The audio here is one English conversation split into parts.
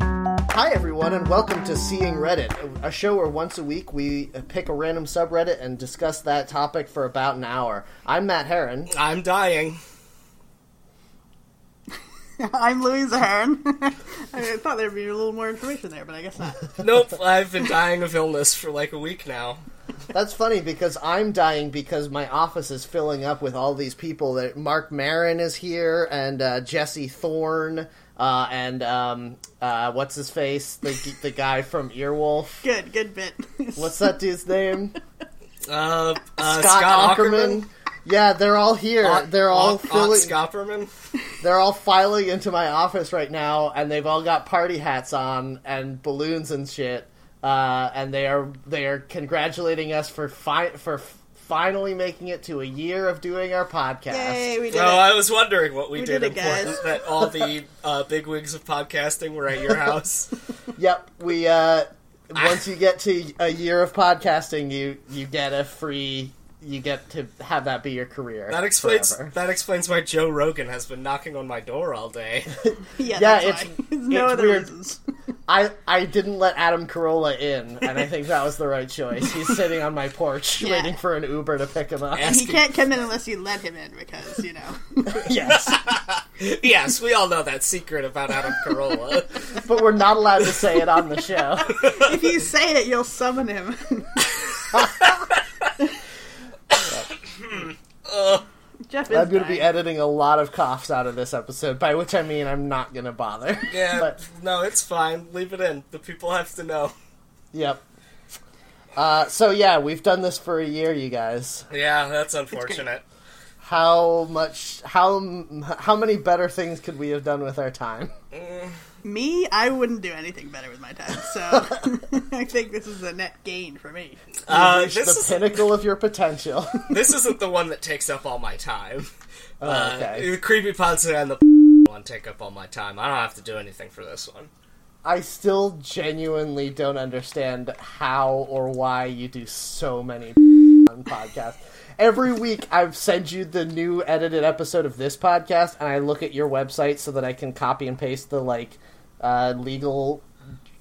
Hi, everyone, and welcome to Seeing Reddit, a show where once a week we pick a random subreddit and discuss that topic for about an hour. I'm Matt Heron. I'm dying. I'm Louisa Hearn. I thought there'd be a little more information there, but I guess not. Nope, I've been dying of illness for like a week now. That's funny because I'm dying because my office is filling up with all these people. That Mark Marin is here, and uh, Jesse Thorne, uh, and um, uh, what's his face, the the guy from Earwolf. Good, good bit. What's that dude's name? Uh, uh, Scott, Aukerman? Ackerman. Yeah, they're all here. Au- they're all Au- filling. Scott Aukerman? They're all filing into my office right now, and they've all got party hats on and balloons and shit. Uh, and they are they are congratulating us for fi- for f- finally making it to a year of doing our podcast. Yay, we did No, it. I was wondering what we, We did, did it, important guys. that all the uh, bigwigs of podcasting were at your house. Yep, we uh, once you get to a year of podcasting, you you get a free you get to have that be your career. That explains forever. that explains why Joe Rogan has been knocking on my door all day. yeah, yeah, that's it's- why. There's no it's other weird. reasons. I I didn't let Adam Carolla in, and I think that was the right choice. He's sitting on my porch Yeah. waiting for an Uber to pick him up. Yeah. And he Asking- can't come in unless you let him in because you know. Yes. yes, we all know that secret about Adam Carolla. but we're not allowed to say it on the show. if you say it, you'll summon him. Jeff is I'm going to be dying. editing a lot of coughs out of this episode, by which I mean I'm not going to bother. yeah, But, no, it's fine. Leave it in. The people have to know. yep. Uh, so yeah, we've done this for a year, you guys. Yeah, that's unfortunate. How much? How m- how many better things could we have done with our time? me. I wouldn't do anything better with my time, so I think this is a net gain for me. Uh, Reached this the is pinnacle of your potential. this isn't the one that takes up all my time. Oh, okay. Uh, the creepy pasta and the one take up all my time. I don't have to do anything for this one. I still genuinely don't understand how or why you do so many on podcasts. Every week, I've sent you the new edited episode of this podcast, and I look at your website so that I can copy and paste the like uh, legal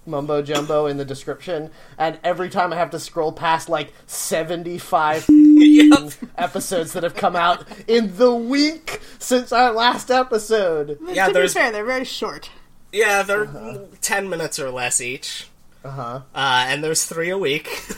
mumbo jumbo in the description. And every time I have to scroll past like seventy-five yep. episodes that have come out in the week since our last episode. Yeah, to there's- be fair, they're very short. Yeah, they're Uh-huh. ten minutes or less each. Uh huh. Uh, and there's three a week.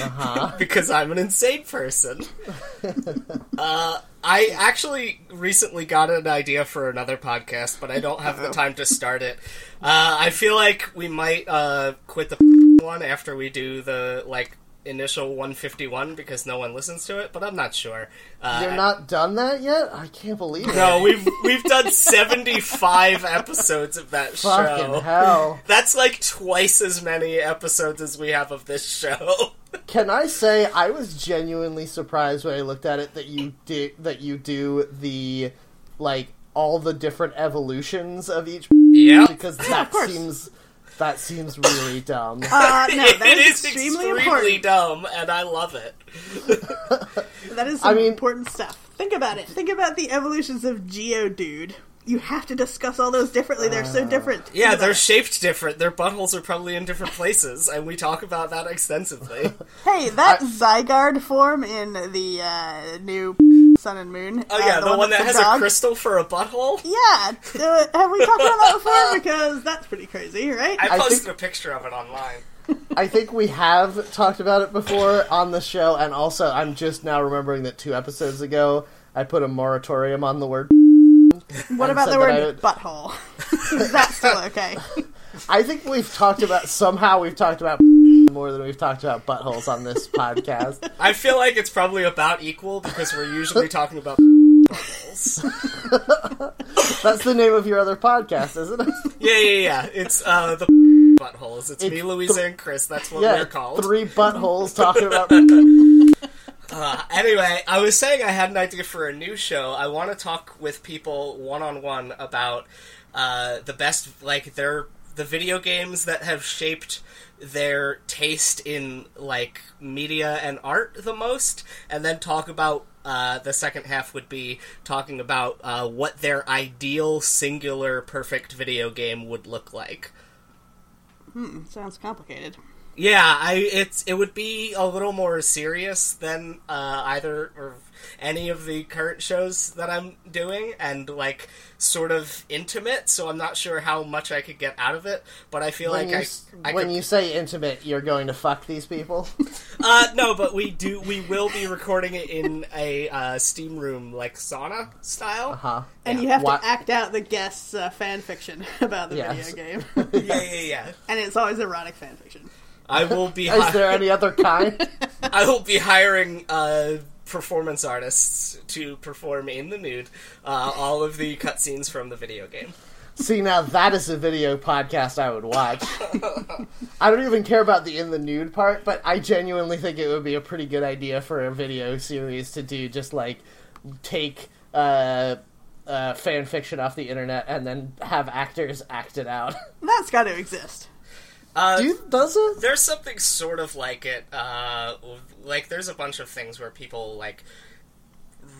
Uh-huh. Because I'm an insane person. uh, I actually recently got an idea for another podcast, but I don't have Oh. the time to start it. Uh, I feel like we might uh, quit the one after we do the like initial 151 because no one listens to it, but I'm not sure. Uh, You're not done that yet? I can't believe it. No, we've we've done 75 episodes of that Fucking show. hell. That's like twice as many episodes as we have of this show. Can I say I was genuinely surprised when I looked at it that you did that you do the like all the different evolutions of each Yeah. because that course. seems that seems really dumb. Uh, no, that it is is extremely, extremely, important. dumb, and I love it. That is some I mean- important stuff. Think about it. Think about the evolutions of Geodude. You have to discuss all those differently. They're so different. Think Yeah, about they're it. shaped different. Their buttholes are probably in different places, and we talk about that extensively. hey, that Zygarde form in the uh, new Sun and Moon. uh, Oh yeah, the, one, that has a a crystal for a butthole. Yeah, uh, have we talked about that before? Because that's pretty crazy, right? I posted think- a picture of it online. I think we have talked about it before on the show and also I'm just now remembering that two episodes ago I put a moratorium on the word. what about said that the word I would- butthole? Is that still okay? I think we've talked about somehow we've talked about more than we've talked about buttholes on this podcast. I feel like it's probably about equal because we're usually talking about buttholes. That's the name of your other podcast, isn't it? Yeah, yeah, yeah. It's uh, the buttholes. It's, me, Louisa, and Chris. That's what Yeah, we're called. three buttholes talking about. Uh, anyway, I was saying I had an idea for a new show. I want to talk with people one on one about uh, the best, like their the video games that have shaped their taste in like media and art the most, and then talk about. Uh, the second half would be talking about uh, what their ideal, singular, perfect video game would look like. Hmm, sounds complicated. Yeah, I it's it would be a little more serious than uh, either or any of the current shows that I'm doing, and like sort of intimate. So I'm not sure how much I could get out of it, but I feel When, you, like s- I, I when could. you say intimate, you're going to fuck these people. Uh, no, but we do we will be recording it in a uh, steam room like sauna style. Huh? And you have Why- to act out the guests' uh, fan fiction about the Yes. video game, Yeah, yeah, yeah. and it's always erotic fan fiction. I will be. hi- Is there any other kind? I will be hiring uh, performance artists to perform in the nude uh, all of the cutscenes from the video game. See, now that is a video podcast I would watch. I don't even care about the in the nude part, but I genuinely think it would be a pretty good idea for a video series to do just like take uh, uh, fan fiction off the internet and then have actors act it out. That's got to exist. Uh, Do you, does it? there's something sort of like it. Uh, like there's a bunch of things where people like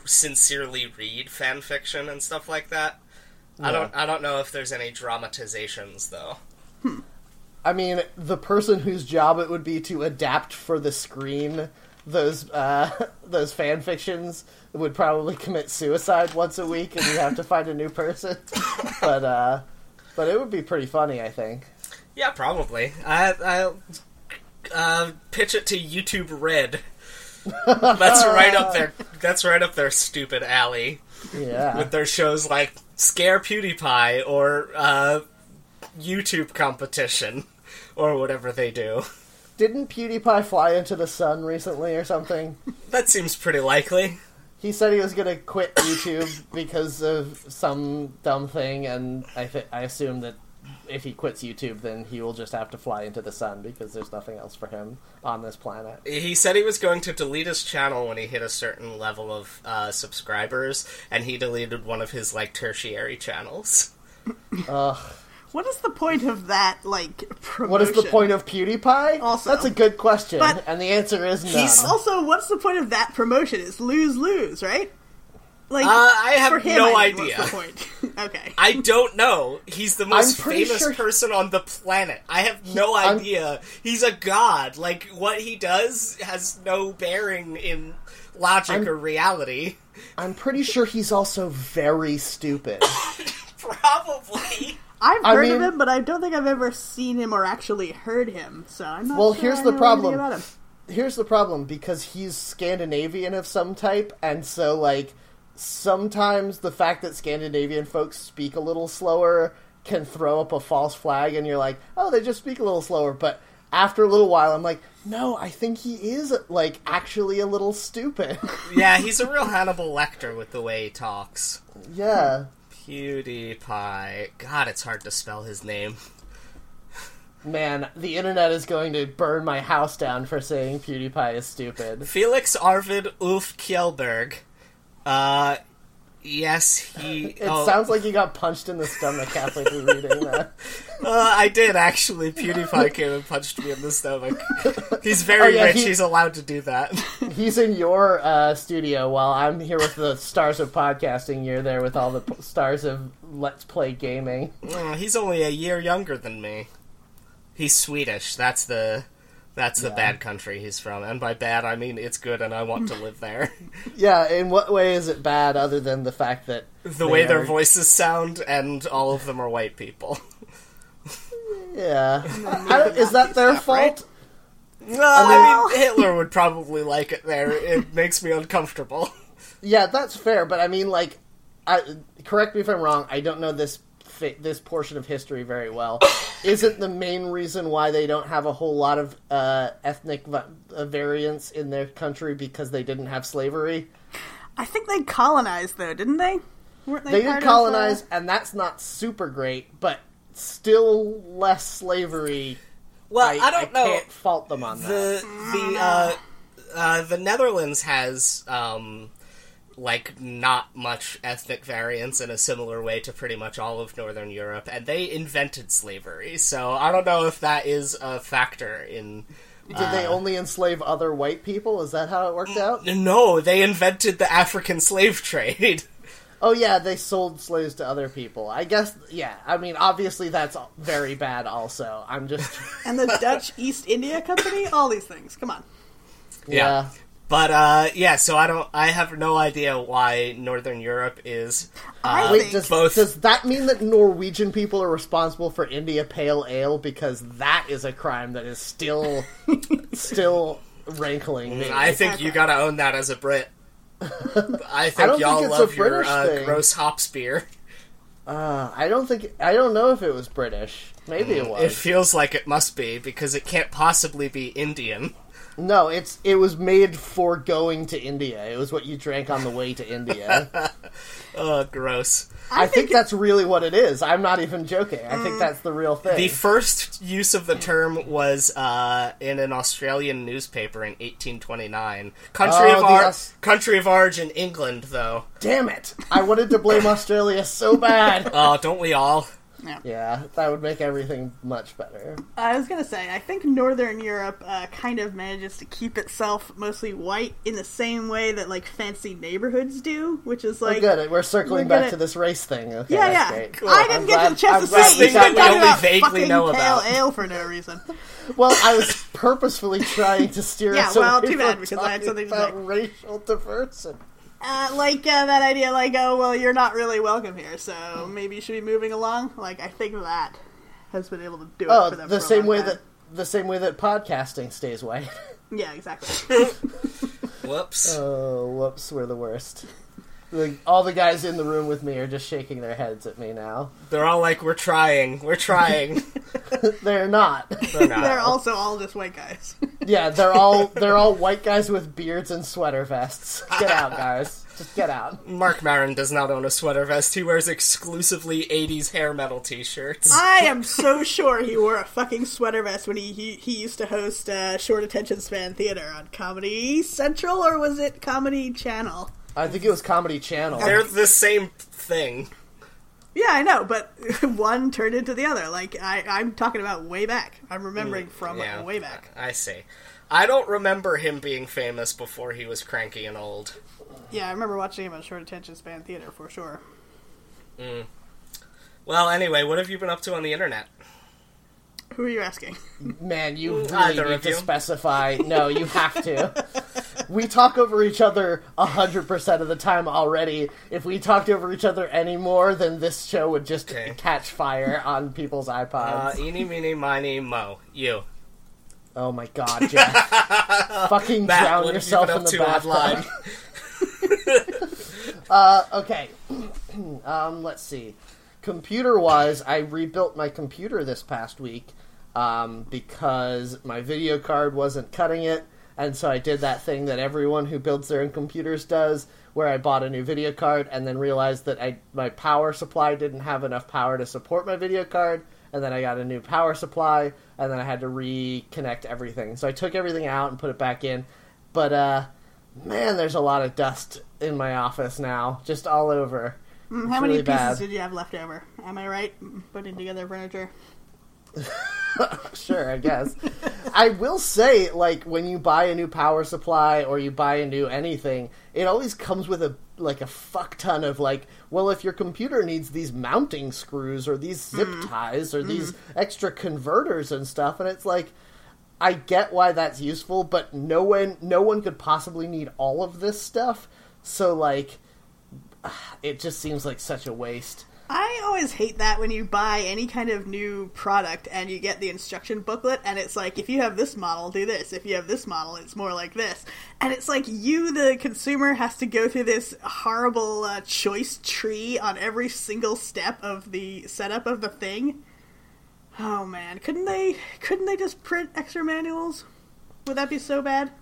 sincerely read fan fiction and stuff like that. I don't. I don't know if there's any dramatizations though. I mean, the person whose job it would be to adapt for the screen those uh, those fan fictions would probably commit suicide once a week, and you have to find a new person. but uh, but it would be pretty funny, I think. Yeah, probably. I I'll uh, pitch it to YouTube Red. That's right up there. That's right up their stupid alley. Yeah, with their shows like Scare PewDiePie or uh, YouTube Competition or whatever they do. didn't PewDiePie fly into the sun recently or something? That seems pretty likely. He said he was gonna quit YouTube because of some dumb thing, and I th- I assume that if he quits YouTube, then he will just have to fly into the sun because there's nothing else for him on this planet. He said he was going to delete his channel when he hit a certain level of uh, subscribers, and he deleted one of his like tertiary channels. What is the point of that? Like promotion? What is the point of PewDiePie? Also. that's a good question, But- and the answer is none. He's- Also, what's the point of that promotion? It's lose lose, right? Like Uh, I have for him, no I think, idea. What's the point? okay. I don't know. He's the most I'm pretty famous sure- person on the planet. I have no I'm- idea. He's a god. Like what he does has no bearing in logic or reality. I'm pretty sure he's also very stupid. Probably. I've I heard of mean- him, but I don't think I've ever seen him or actually heard him. So I'm not. Well, sure here's I the know problem. anything About him. Here's the problem because he's Scandinavian of some type, and so like sometimes the fact that Scandinavian folks speak a little slower can throw up a false flag, and you're like, oh, they just speak a little slower, but. After a little while, I'm like, no, I think he is like actually a little stupid. Yeah, he's a real Hannibal Lecter with the way he talks. yeah, PewDiePie. God, it's hard to spell his name. man, the internet is going to burn my house down for saying PewDiePie is stupid. Felix Arvid Ulf Kjellberg. Uh, yes, he. oh, It sounds like you got punched in the stomach halfway through reading that. Uh, I did actually. PewDiePie came and punched me in the stomach. He's very Oh, yeah, rich. he- He's allowed to do that. He's in your uh, studio while I'm here with the stars of podcasting. You're there with all the p- stars of Let's Play Gaming. Oh, he's only a year younger than me. He's Swedish. That's the that's the bad country he's from. And by bad, I mean it's good, and I want to live there. Yeah, in what way is it bad other than the fact that the way their are- voices sound, and all of them are white people. yeah, I don't- is that their stuff, fault? right? No, I mean Hitler would probably like it there. It makes me uncomfortable. Yeah, that's fair, but I mean, like, I, correct me if I'm wrong. I don't know this fa- this portion of history very well. Isn't the main reason why they don't have a whole lot of uh, ethnic va- uh, variance in their country because they didn't have slavery? I think they colonized though, didn't they? Weren't They part did of, colonize, uh, and that's not super great, but still less slavery. Well, I, I Can't fault them on that. the the uh, uh, the Netherlands has um, like not much ethnic variance in a similar way to pretty much all of Northern Europe, and they invented slavery. So I don't know if that is a factor in. Did Uh. they only enslave other white people? Is that how it Mm, worked out? No, they invented the African slave trade. Oh yeah, they sold slaves to other people. I guess yeah. I mean, obviously that's very bad. Also, I'm just And the Dutch East India Company, all these things. Come on. yeah. But uh, yeah, so I don't. I have no idea why Northern Europe is. Uh, I Wait, think- does, Both. does that mean that Norwegian people are responsible for India Pale Ale because that is a crime that is still still rankling me? I think you gotta own that as a Brit. I think don't y'all think it's a love your British uh, thing. gross hops beer. Uh, I don't think I don't know if it was British. Maybe it It was. feels like it must be because it can't possibly be Indian. No, it's it was made for going to India. It was what you drank on the way to India. Oh, gross. I, think, that's really what it is. I'm not even joking. I think that's the real thing. The first use of the term was uh, in an Australian newspaper in 1829. Country Oh, of the our Aus- country of origin, England, though. Damn it! I wanted to blame Australia so bad. Oh, don't we all? Yeah, that would make everything much better. I was gonna say, I think Northern Europe uh, kind of manages to keep itself mostly white in the same way that like fancy neighborhoods do, which is like, Good. We're circling we're back gonna- to this race thing. Okay, yeah, that's yeah. Great. I didn't I'm get glad- to the chance I'm to glad say we it. You This thing got talking that we only about vaguely fucking know about. pale ale for no reason. there. Well, I was purposefully trying to steer. Yeah, it so well, we too were bad, because I had talking something to about say. racial diversity. Uh, like uh, that idea, like, oh well, you're not really welcome here, so maybe you should be moving along. Like, I think that has been able to do it. Oh, for them the for a same long way time. that the same way that podcasting stays white. Yeah, exactly. Whoops. Uh, Oh, whoops, we're the worst. The, all the guys in the room with me are just shaking their heads at me now. They're all like, "We're trying. We're trying." They're not. They're not. They're also all just white guys. Yeah, they're all they're all white guys with beards and sweater vests. Get out, guys. Just get out. Mark Maron does not own a sweater vest. He wears exclusively 80s hair metal t-shirts. I am so sure he wore a fucking sweater vest when he he, he used to host uh, short attention span theater on Comedy Central or was it Comedy Channel? I think it was Comedy Channel. They're the same thing. Yeah, I know, but one turned into the other. Like I, I'm talking about way back. I'm remembering from uh, Yeah, way back. I see. I don't remember him being famous before he was cranky and old. Yeah, I remember watching him on short attention span theater for sure. Well, anyway, what have you been up to on the internet? Who are you asking? Man, you really either need of to you. specify. No, you have to. we talk over each other hundred percent of the time already. If we talked over each other any more, then this show would just Okay. catch fire on people's iPods. Uh, eeny, meeny, miny, mo. You. Oh my god, Jeff. Fucking Matt, drown what yourself in have the you been up to online? bathtub. Uh, Okay. um, let's see. Computer wise, I rebuilt my computer this past week um, because my video card wasn't cutting it. And so I did that thing that everyone who builds their own computers does, where I bought a new video card and then realized that I, my power supply didn't have enough power to support my video card. And then I got a new power supply, and then I had to reconnect everything. So I took everything out and put it back in. But uh, man, there's a lot of dust in my office now, just all over. How really many pieces bad. did you have left over? Am I right? Mm, Putting together furniture. Sure, I guess. I will say, like, when you buy a new power supply or you buy a new anything, it always comes with a like a fuck ton of like, well, if your computer needs these mounting screws or these zip Mm. ties or these extra converters and stuff, and it's like. I get why that's useful, but no one no one could possibly need all of this stuff. So like it just seems like such a waste. I always hate that when you buy any kind of new product and you get the instruction booklet and it's like if you have this model do this if you have this model it's more like this and it's like you the consumer has to go through this horrible uh, choice tree on every single step of the setup of the thing. Oh man, couldn't they couldn't they just print extra manuals? Would that be so bad?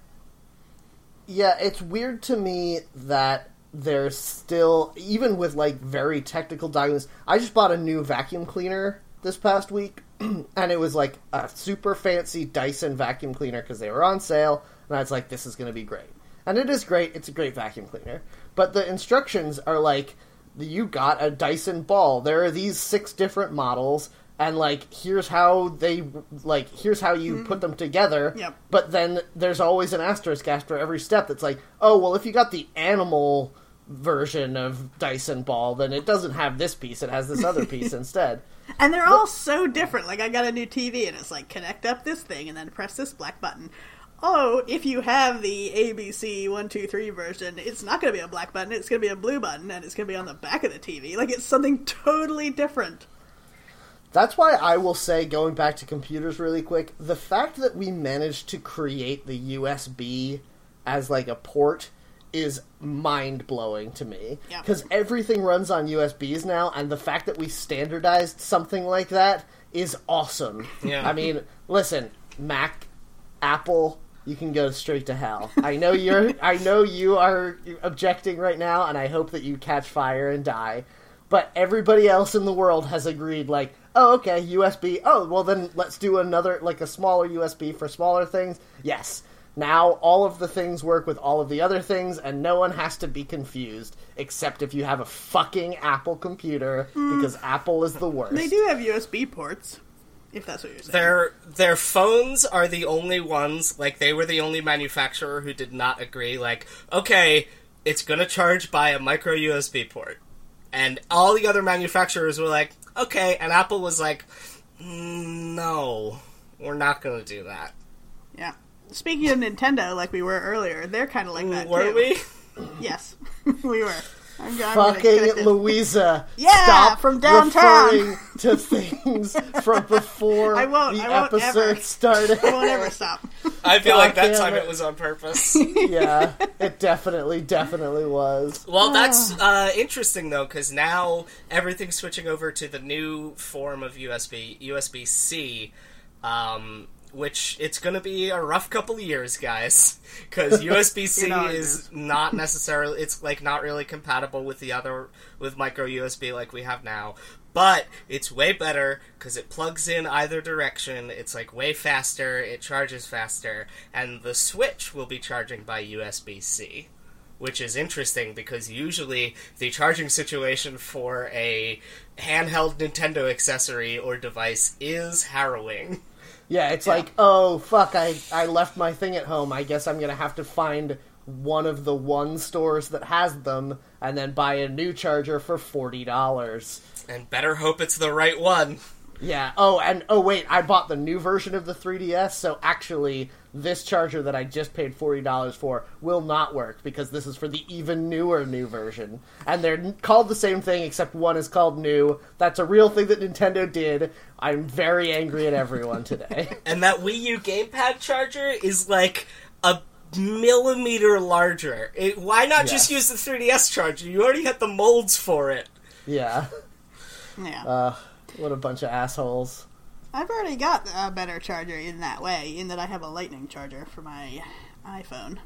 Yeah, it's weird to me that there's still even with like very technical documents. I just bought a new vacuum cleaner this past week, and it was like a super fancy Dyson vacuum cleaner because they were on sale. And I was like, this is going to be great. And it is great. It's a great vacuum cleaner. But the instructions are like, you got a Dyson ball. There are these six different models. And like, here's how they like, here's how you put them together. Yep. But then there's always an asterisk after every step that's like, oh well, if you got the animal version of Dyson ball, then it doesn't have this piece. It has this other piece instead. And they're all so different. Like I got a new TV and it's like connect up this thing and then press this black button. Oh, if you have the ABC one two three version, it's not going to be a black button. It's going to be a blue button, and it's going to be on the back of the TV. Like it's something totally different. That's why I will say, going back to computers really quick, the fact that we managed to create the USB as like a port is mind blowing to me. Yeah. Because everything runs on USBs now, and the fact that we standardized something like that is awesome. Yeah. I mean, listen, Mac, Apple, you can go straight to hell. I know you're. I know you are objecting right now, and I hope that you catch fire and die. But everybody else in the world has agreed. Like, oh, okay, USB. Oh, well, then let's do another, like a smaller USB for smaller things. Yes. Now all of the things work with all of the other things, and no one has to be confused, except if you have a fucking Apple computer, because Apple is the worst. Mm. They do have USB ports, if that's what you're saying. Their their phones are the only ones like they were the only manufacturer who did not agree like okay, it's going to charge by a micro USB port. And all the other manufacturers were like, "Okay," and Apple was like, "Mm, "No, we're not going to do that." yeah. Speaking of Nintendo, like we were earlier, they're kind of like that. Were too. we? Yes, we were. I'm, I'm gonna correct fucking it. Louisa. Yeah, stop from downtown. Referring to things from before I won't- the I won't episode ever. started. We'll never stop. I feel God like that damn time it. it was on purpose. yeah, it definitely, definitely was. Well, that's uh, interesting though, because now everything's switching over to the new form of USB, USB C, um, which it's going to be a rough couple of years, guys, because USB C know it is not necessarily it's like not really compatible with the other with micro USB like we have now. But it's way better because it plugs in either direction. It's like way faster. It charges faster, and the Switch will be charging by USB C which is interesting because usually the charging situation for a handheld Nintendo accessory or device is harrowing. Yeah, it's like, oh fuck, I I left my thing at home. I guess I'm gonna have to find one of the one stores that has them, and then buy a new charger for forty dollars. And better hope it's the right one. Yeah. Oh, and oh wait, I bought the new version of the 3DS, so actually this charger that I just paid $40 for will not work because this is for the even newer new version. And they're n- called the same thing except one is called new. That's a real thing that Nintendo did. I'm very angry at everyone today. And that Wii U gamepad charger is like a millimeter larger. It, why not just Yeah. use the 3DS charger? You already had the molds for it. yeah. Yeah. What a bunch of assholes. I've already got a better charger in that way, in that I have a lightning charger for my iPhone.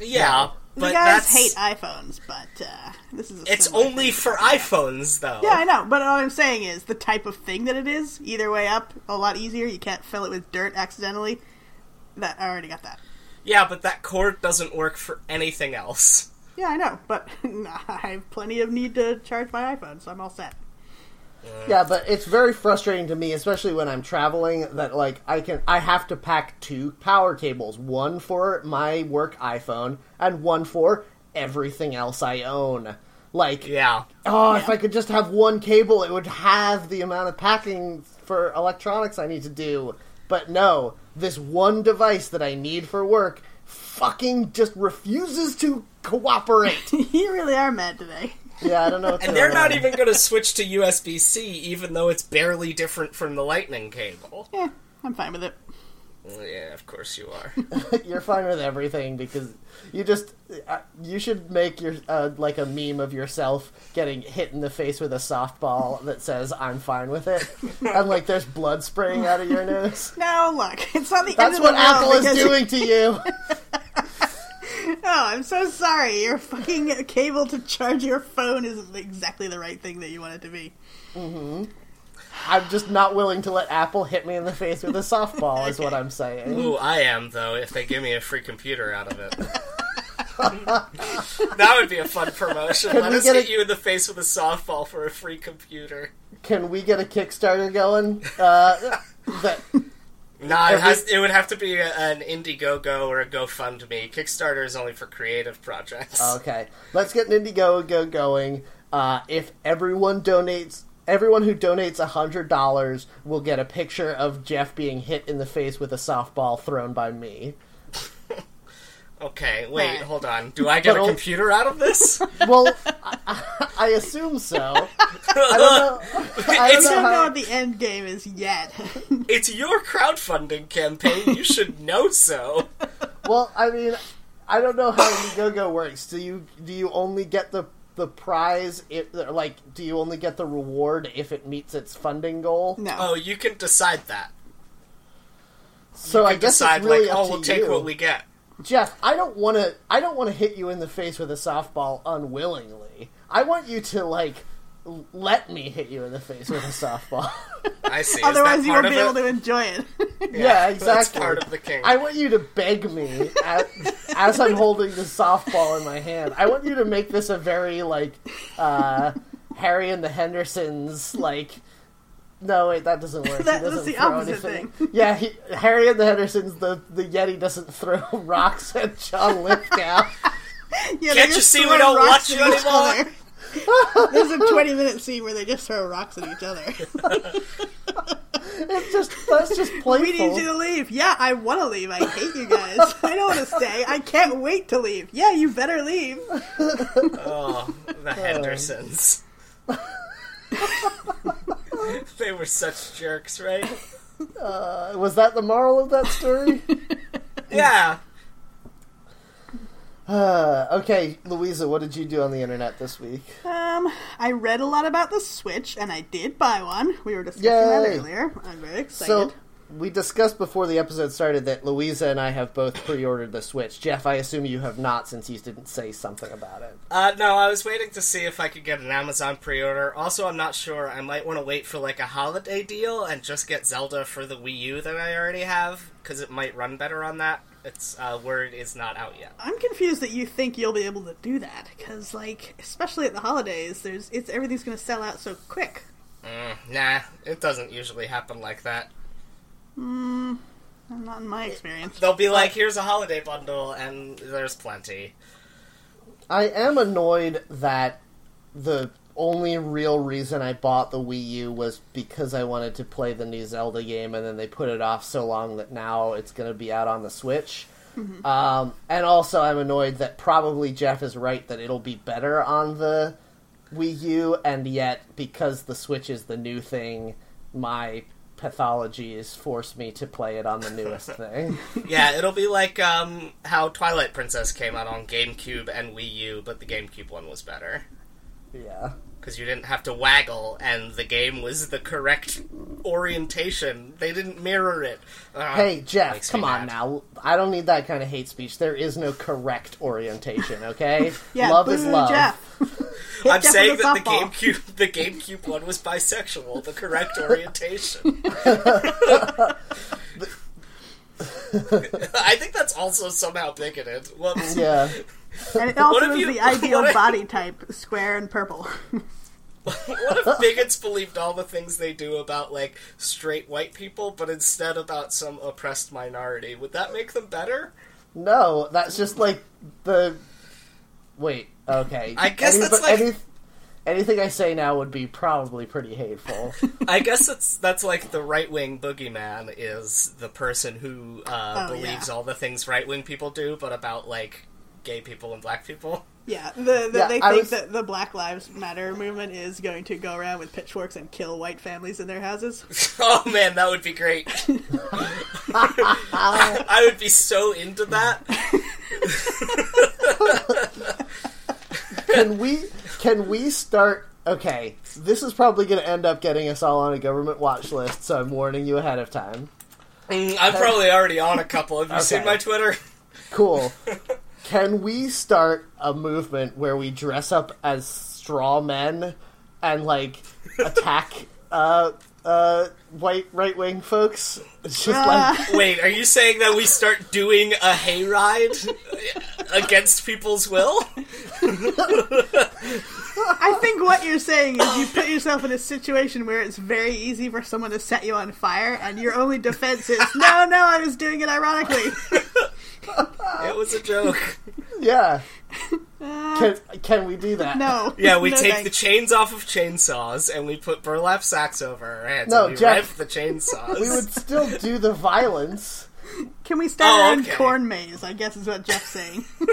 Yeah, The but guys that's hate iPhones, but uh, this is a it's similar only thing. for iPhones though. Yeah, I know, but all I'm saying is the type of thing that it is. Either way up, a lot easier. You can't fill it with dirt accidentally. That I already got that. yeah, but that cord doesn't work for anything else. Yeah, I know, but I have plenty of need to charge my iPhone, so I'm all set. Yeah, but it's very frustrating to me, especially when I'm traveling. That like I can, I have to pack two power cables, one for my work iPhone and one for everything else I own. Like, Yeah. oh, if I could just have one cable, it would have the amount of packing for electronics I need to do. But no, this one device that I need for work fucking just refuses to cooperate. you really are mad today. yeah, I don't know. What's And they're going not on. even going to switch to USB C, even though it's barely different from the Lightning cable. Yeah, I'm fine with it. Yeah, of course you are. You're fine with everything because you just uh, you should make your uh, like a meme of yourself getting hit in the face with a softball that says "I'm fine with it," and like there's blood spraying out of your nose. No, look, it's not the end That's of the what world Apple is because- doing to you. Oh, I'm so sorry. Your fucking cable to charge your phone isn't exactly the right thing that you want it to be. I'm just not willing to let Apple hit me in the face with a softball, is what I'm saying. Ooh, I am though. If they give me a free computer out of it, that would be a fun promotion. Let we us get a- hit you in the face with a softball for a free computer. Can we get a Kickstarter going? Uh, that Nah, it, has, it would have to be a, an Indiegogo or a GoFundMe. Kickstarter is only for creative projects. Okay, let's get an Indiegogo going. Uh, if everyone donates, everyone who donates hundred dollars will get a picture of Jeff being hit in the face with a softball thrown by me. okay, wait, Right. hold on. Do I get But a al- computer out of this? Well, I, I, I assume so. I don't know. I don't It's know don't know how, what the end game is yet. it's your crowdfunding campaign. You should know so. well, I mean, I don't know how Indiegogo works. Do you do you only get the the prize if like do you only get the reward if it meets its funding goal? no. Oh, you can decide that. so I guess Decide it's really like, up oh, to we'll take you. what we get. Jeff, I don't want to. I don't want to hit you in the face with a softball unwillingly. I want you to like l- let me hit you in the face with a softball. I see. Otherwise, is that you part won't be of able it? to enjoy it. yeah, That's exactly. part of the king. I want you to beg me as, as I'm holding the softball in my hand. I want you to make this a very like uh, Harry and the Hendersons like. No, wait, that doesn't work. He That- that's doesn't the throw opposite anything. Yeah, he, Harry and the Hendersons, the, the Yeti doesn't throw rocks at John Lithgow. Yeah, Can't they you just see we throw don't rocks watch at you each anymore? other. There's a 20 minute scene where they just throw rocks at each other. It's just that's just playful. we need you to leave. Yeah, I want to leave. I hate you guys. I don't want to stay. I can't wait to leave. Yeah, you better leave. Oh, the Hendersons. they were such jerks, right? Uh, Was that the moral of that story? Yeah. uh, okay, Louisa, what did you do on the internet this week? Um, I read a lot about the Switch, and I did buy one. We were discussing that Yay. earlier. I'm very excited. So we discussed before the episode started that Louisa and I have both pre-ordered the Switch. Jeff, I assume you have not since you didn't say something about it. Uh, no, I was waiting to see if I could get an Amazon pre-order. Also, I'm not sure. I might want to wait for like a holiday deal and just get Zelda for the Wii U that I already have because it might run better on that. Its uh, word is not out yet. I'm confused that you think you'll be able to do that because, like, especially at the holidays, there's it's everything's going to sell out so quick. Nah, it doesn't usually happen like that. Not in my experience. They'll be like, "Here's a holiday bundle," and there's plenty. I am annoyed that the only real reason I bought the Wii U was because I wanted to play the new Zelda game, and then they put it off so long that now it's going to be out on the Switch. Um, and also, I'm annoyed that probably Jeff is right that it'll be better on the Wii U, and yet because the Switch is the new thing, my pathologies force me to play it on the newest thing. Yeah, it'll be like um, how Twilight Princess came out on GameCube and Wii U, but the GameCube one was better Yeah. because you didn't have to waggle, and the game was the correct orientation. They didn't mirror it. Uh, Ugh, Hey Jeff, makes me come on mad. now. I don't need that kind of hate speech. There is no correct orientation, okay? Yeah, love boo, is love. Jeff. Hit I'm Jeff saying with a that the softball. GameCube, the GameCube one was bisexual, the correct orientation. I think that's also somehow bigoted. Whoops. Yeah. And it if also is you- the ideal what if- body type, square and purple. What if bigots believed all the things they do about like straight white people, but instead about some oppressed minority? Would that make them better? No, that's just like the wait, okay. I guess that's like- anything I say now would be probably pretty hateful. I guess that's that's like the right wing boogeyman is the person who uh, Oh, believes yeah. all the things right wing people do, but about like gay people and black people. Yeah, the, the, Yeah, they I think was- that the Black Lives Matter movement is going to go around with pitchforks and kill white families in their houses. Oh man, that would be great. I would be so into that. can we can we start okay, this is probably gonna end up getting us all on a government watch list, so I'm warning you ahead of time. Mm, I'm probably already on a couple. Have you seen Okay. my Twitter? Cool. Can we start a movement where we dress up as straw men and like attack uh, uh, white right wing folks. It's just like Wait, are you saying that we start doing a hayride against people's will? I think what you're saying is you put yourself in a situation where it's very easy for someone to set you on fire, and your only defense is, "No, no, I was doing it ironically." It was a joke. yeah. Uh, Can can we do that? no. Yeah, we No take the thanks. chains off of chainsaws and we put burlap sacks over our heads No, and we Jeff. rev the chainsaws. We would still do the violence. Can we start Oh, our own okay. corn maze? I guess is what Jeff's saying.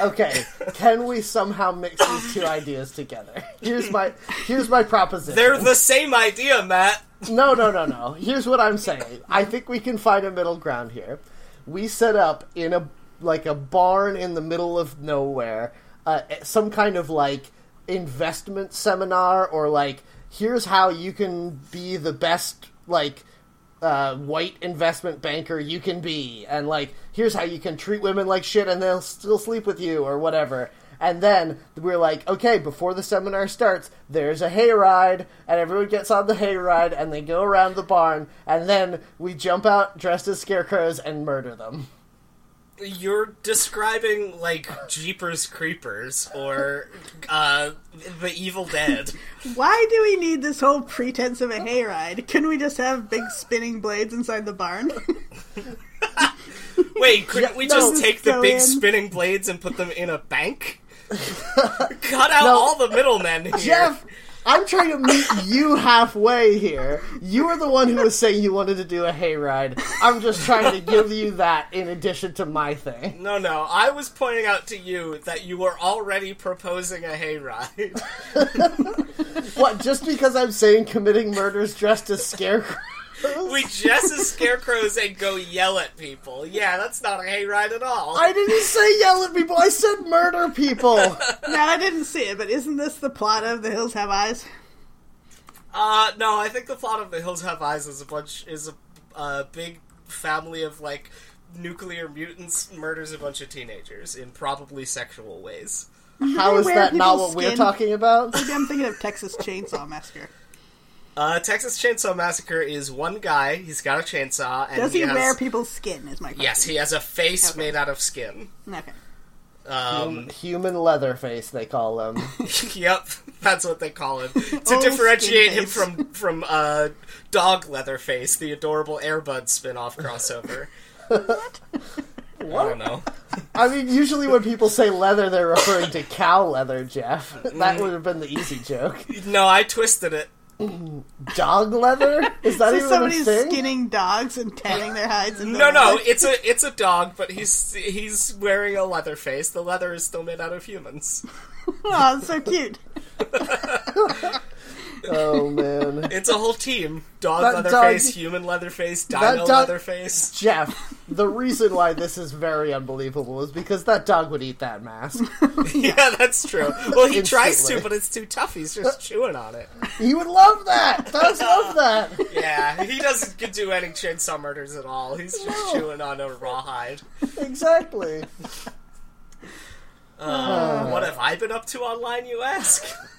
Okay, can we somehow mix these two ideas together? Here's my here's my proposition. They're the same idea, Matt. No, no, no, no. Here's what I'm saying. I think we can find a middle ground here. We set up in a like a barn in the middle of nowhere, uh, some kind of like investment seminar or like here's how you can be the best like uh, white investment banker you can be, and like here's how you can treat women like shit, and they'll still sleep with you or whatever. And then we're like, okay, before the seminar starts, there's a hayride, and everyone gets on the hayride, and they go around the barn, and then we jump out dressed as scarecrows and murder them. You're describing like Jeepers Creepers or uh, the Evil Dead. Why do we need this whole pretense of a hayride? Couldn't we just have big spinning blades inside the barn? Wait, couldn't we no. just take the Go big in. spinning blades and put them in a bank? Cut out all the middlemen here. Jeff, I'm trying to meet you halfway here. You were the one who was saying you wanted to do a hayride. I'm just trying to give you that in addition to my thing. No, no. I was pointing out to you that you were already proposing a hayride. What, just because I'm saying committing murders dressed as scarecrows? we dress as scarecrows and go yell at people. Yeah, that's not a hayride at all. I didn't say yell at people, I said murder people! no, I didn't see it, but isn't this the plot of The Hills Have Eyes? Uh, no, I think the plot of The Hills Have Eyes is a bunch is a uh, big family of like nuclear mutants murders a bunch of teenagers in probably sexual ways. How is wear that not what people's we're skin? talking about? Maybe I'm thinking of Texas Chainsaw Massacre. Uh, Texas Chainsaw Massacre is one guy. He's got a chainsaw, and Does he, has, wear people's skin? Is my question. Yes, he has a face Okay. made out of skin. Okay. Um, Human Leatherface, they call them. yep, that's what they call him to Oh, differentiate him skin from from uh, Dog Leatherface, the adorable Airbud spin-off crossover. I don't know. I mean, usually when people say leather, they're referring to cow leather, Jeff. That would have been the easy joke. No, I twisted it. Dog leather? Is that So even a somebody's thing? skinning dogs and tanning their hides. And No, no, it's a it's a dog, but he's he's wearing a leather face. The leather is still made out of humans. Oh, so cute. Oh man, It's a whole team: dog That leather dog- face, human leather face, dino dog- leather face. Jeff. The reason why this is very unbelievable is because that dog would eat that mask. Yeah. that's true. Well, he tries to, Instantly. but it's too tough. He's just chewing on it. He would love that. Dogs love that. Yeah, he doesn't do any chainsaw murders at all. He's just chewing on a rawhide. Exactly. What have I been up to online, you ask?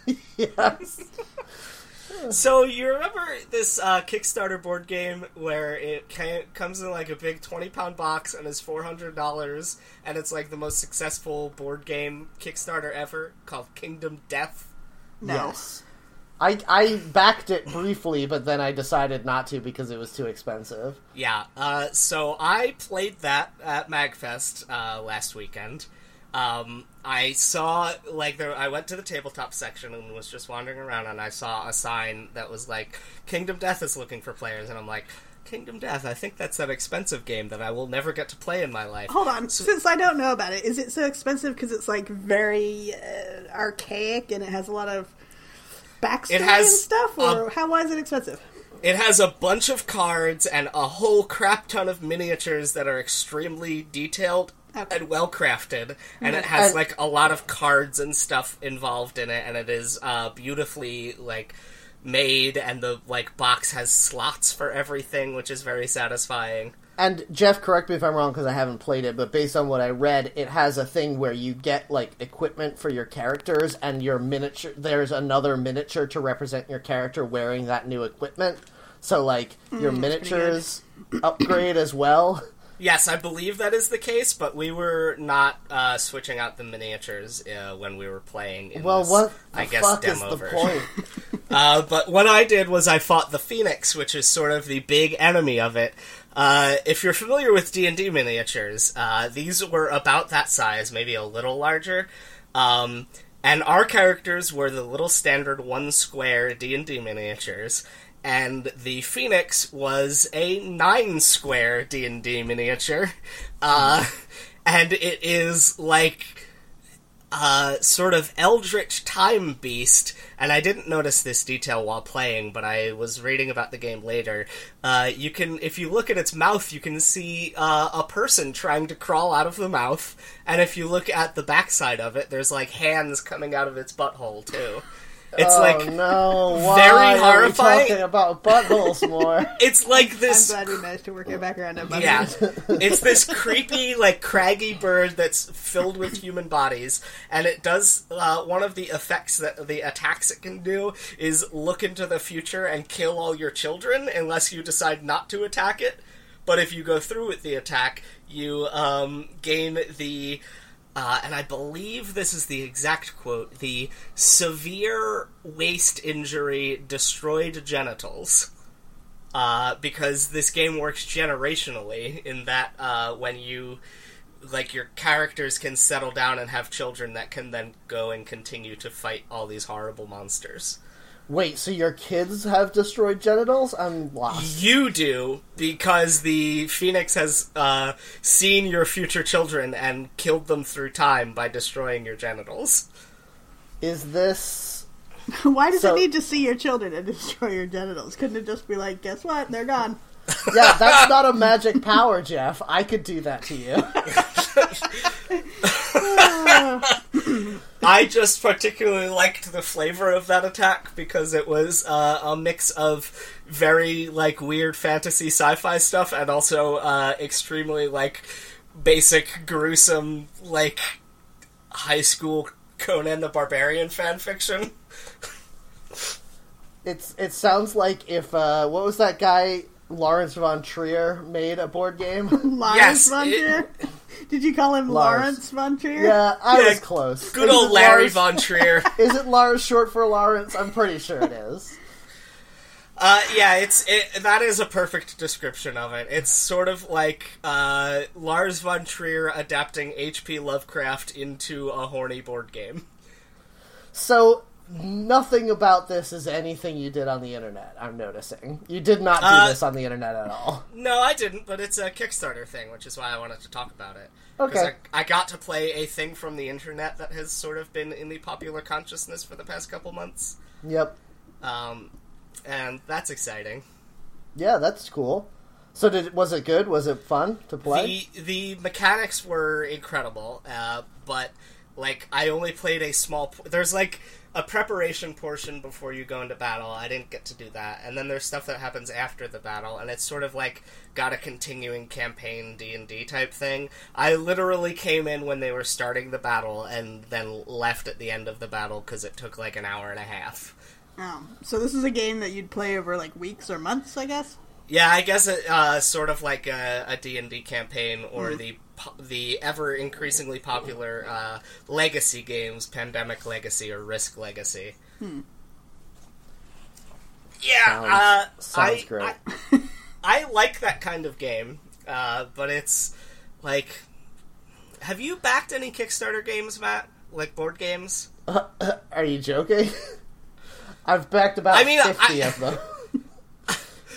Yes. So you remember this uh, Kickstarter board game where it ca- comes in like a big twenty-pound box and is four hundred dollars, and it's like the most successful board game Kickstarter ever called Kingdom Death. No. Yes. I I backed it briefly, but then I decided not to because it was too expensive. Yeah. Uh, so I played that at Magfest uh, last weekend. Um, I saw like there. I went to the tabletop section and was just wandering around, and I saw a sign that was like "Kingdom Death is looking for players," and I'm like. Kingdom Death. I think that's that expensive game that I will never get to play in my life. Hold on. Since I don't know about it, is it so expensive because it's like very uh, archaic and it has a lot of backstory It has, and stuff? Or how why is it expensive? It has a bunch of cards and a whole crap ton of miniatures that are extremely detailed Okay. and well crafted, and it has And- like a lot of cards and stuff involved in it, and it is uh, beautifully like made and the like box has slots for everything, which is very satisfying. And Jeff, correct me if I'm wrong because I haven't played it, but based on what I read, it has a thing where you get like equipment for your characters, and your miniature. There's another miniature to represent your character wearing that new equipment. So like your miniatures upgrade as well. Yes, I believe that is the case, but we were not uh, switching out the miniatures uh, when we were playing. In Well, this, Oh, what the I guess fuck is demo the version. point? Uh, but what I did was I fought the Phoenix, which is sort of the big enemy of it. Uh, if you're familiar with D and D miniatures, uh, these were about that size, maybe a little larger, um, and our characters were the little standard one square D and D miniatures, and the Phoenix was a nine square D and D miniature, uh, and it is like uh, sort of eldritch time beast, and I didn't notice this detail while playing, but I was reading about the game later. Uh, you can, if you look at its mouth, you can see uh, a person trying to crawl out of the mouth, and if you look at the backside of it, there's like hands coming out of its butthole too. It's oh like no! Why very are we horrifying. talking about buttholes more. it's like this. I'm glad we managed to work it back around. to Yeah, buttons. it's this creepy, like craggy bird that's filled with human bodies, and it does uh, one of the effects that the attacks it can do is look into the future and kill all your children unless you decide not to attack it. But if you go through with the attack, you um, gain the. Uh, and I believe this is the exact quote the severe waist injury destroyed genitals uh, because this game works generationally in that uh, when you like your characters can settle down and have children that can then go and continue to fight all these horrible monsters. Wait, so your kids have destroyed genitals? I'm lost. You do because the phoenix has uh, seen your future children and killed them through time by destroying your genitals. Is this? Why does So- it need to see your children and destroy your genitals? Couldn't it just be like, guess what? They're gone. Yeah, that's not a magic power, Jeff. I could do that to you. I just particularly liked the flavor of that attack because it was uh, a mix of very like weird fantasy sci-fi stuff and also uh, extremely like basic gruesome like high school Conan the Barbarian fan fiction. It's it sounds like if uh, what was that guy Lawrence von Trier made a board game? Lawrence Yes, von it- Trier? Did you call him Lars. Lawrence von Trier? yeah, I Yeah, was close. Good Is old it Larry Lars- von Trier. Is it Lars short for Lawrence? I'm pretty sure it is. Uh, yeah, it's it, that is a perfect description of it. It's sort of like uh, Lars von Trier adapting H.P. Lovecraft into a horny board game. So nothing about this is anything you did on the internet. I'm noticing you did not do Uh, this on the internet at all. No, I didn't, but it's a Kickstarter thing, which is why I wanted to talk about it. 'Cause Okay. I, I got to play a thing from the internet that has sort of been in the popular consciousness for the past couple months. Yep. Um, and that's exciting. Yeah, that's cool. So did was it good? Was it fun to play? The the mechanics were incredible, uh, but like I only played a small. P- there's like a preparation portion before you go into battle. I didn't get to do that, and then there's stuff that happens after the battle, and it's sort of like got a continuing campaign D and D type thing. I literally came in when they were starting the battle, and then left at the end of the battle because it took like an hour and a half. Oh. So this is a game that you'd play over like weeks or months, I guess? Yeah, I guess it, uh, sort of like a D and D campaign or the po- the ever increasingly popular uh, legacy games, Pandemic Legacy or Risk Legacy. Yeah, Sounds- uh, sounds I, great. I, I like that kind of game, uh, but it's like, have you backed any Kickstarter games, Matt? Like board games? Are you joking? I've backed about I mean, I- fifty of them.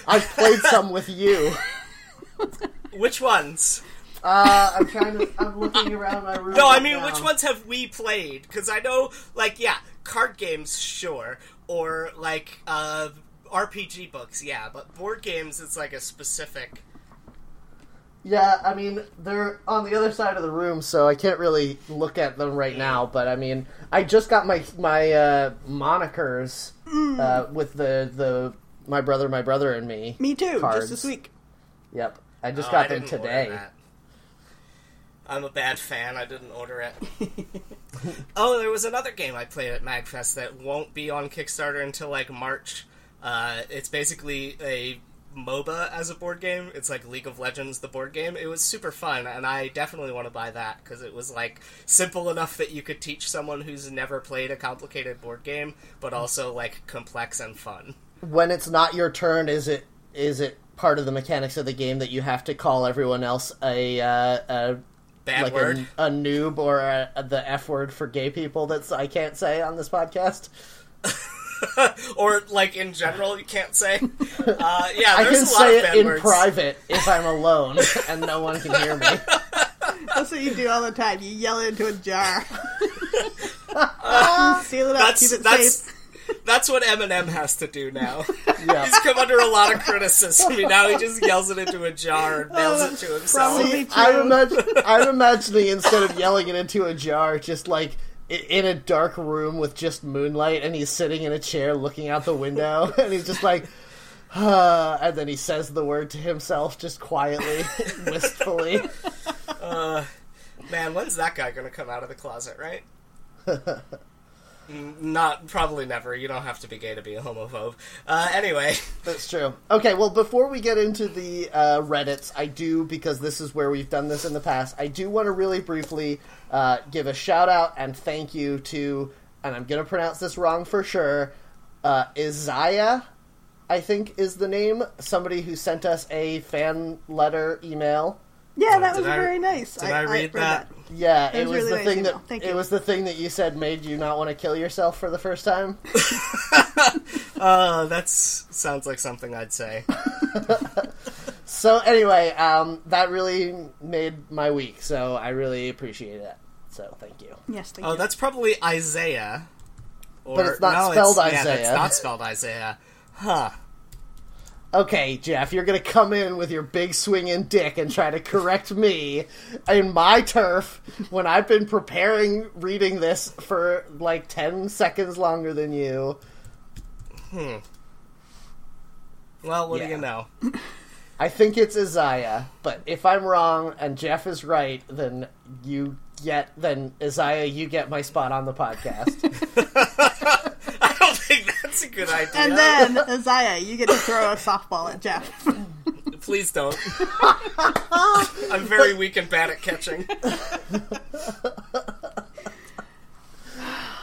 I've played some with you. Which ones? Uh, I'm trying to. I'm looking around my room. No, I right mean, now. which ones have we played? Because I know, like, yeah, card games, sure, or like uh, RPG books, yeah, but board games, it's like a specific. Yeah, I mean, they're on the other side of the room, so I can't really look at them right now. But I mean, I just got my my uh, monikers Mm. uh, with the the my brother, my brother, and me. Me too. Cards. Just this week. Yep, I just Oh, got I them didn't order today. that. I'm a bad fan. I didn't order it. oh, there was another game I played at Magfest that won't be on Kickstarter until like March. Uh, it's basically a MOBA as a board game. It's like League of Legends, the board game. It was super fun, and I definitely want to buy that because it was like simple enough that you could teach someone who's never played a complicated board game, but also like complex and fun. When it's not your turn, is it is it part of the mechanics of the game that you have to call everyone else a uh, a Bad like word. a, a noob or a, the F word for gay people that's I can't say on this podcast? or like in general, you can't say. Uh, yeah, I there's can a lot say of it bad in words. private if I'm alone and no one can hear me. That's what you do all the time. You yell it into a jar. Seal it up. That's Keep it that's safe. that's what Eminem has to do now. Yeah. He's come under a lot of criticism. He- Now he just yells it into a jar and mails it to himself. probably- Me I'm, too. imagine, I'm imagining instead of yelling it into a jar, just like i- in a dark room with just moonlight, and he's sitting in a chair looking out the window, and he's just like, "Huh," and then he says the word to himself just quietly, wistfully. Man, when's that guy gonna come out of the closet? Right? Mm, Not probably never. You don't have to be gay to be a homophobe. Uh, anyway, That's true. Okay, well, before we get into the uh, Reddits, I do, because this is where we've done this in the past, I do want to really briefly uh, give a shout out and thank you to, and I'm going to pronounce this wrong for sure, uh, Isaiah, I think is the name, somebody who sent us a fan letter email. Yeah, that Did was I- very nice. did I, read, that? Yeah, That it was was really the nice thing email. that Thank it you. was the thing that you said made you not want to kill yourself for the first time. Uh, that sounds like something I'd say. So anyway, um, that really made my week. So I really appreciate it. So thank you. Yes, thank Oh, you. that's probably Isaiah. Or, But it's not no, spelled Yeah, that's Isaiah. not spelled Isaiah. Huh. Okay, Jeff, you're gonna come in with your big swinging dick and try to correct me in my turf when I've been preparing reading this for like ten seconds longer than you. Well, what do Yeah. you know? I think it's Isaiah, but if I'm wrong and Jeff is right, then you get then Isaiah, you get my spot on the podcast. I don't think that's a good idea. and then, Isaiah, you get to throw a softball at Jeff. Please don't. I'm very weak and bad at catching.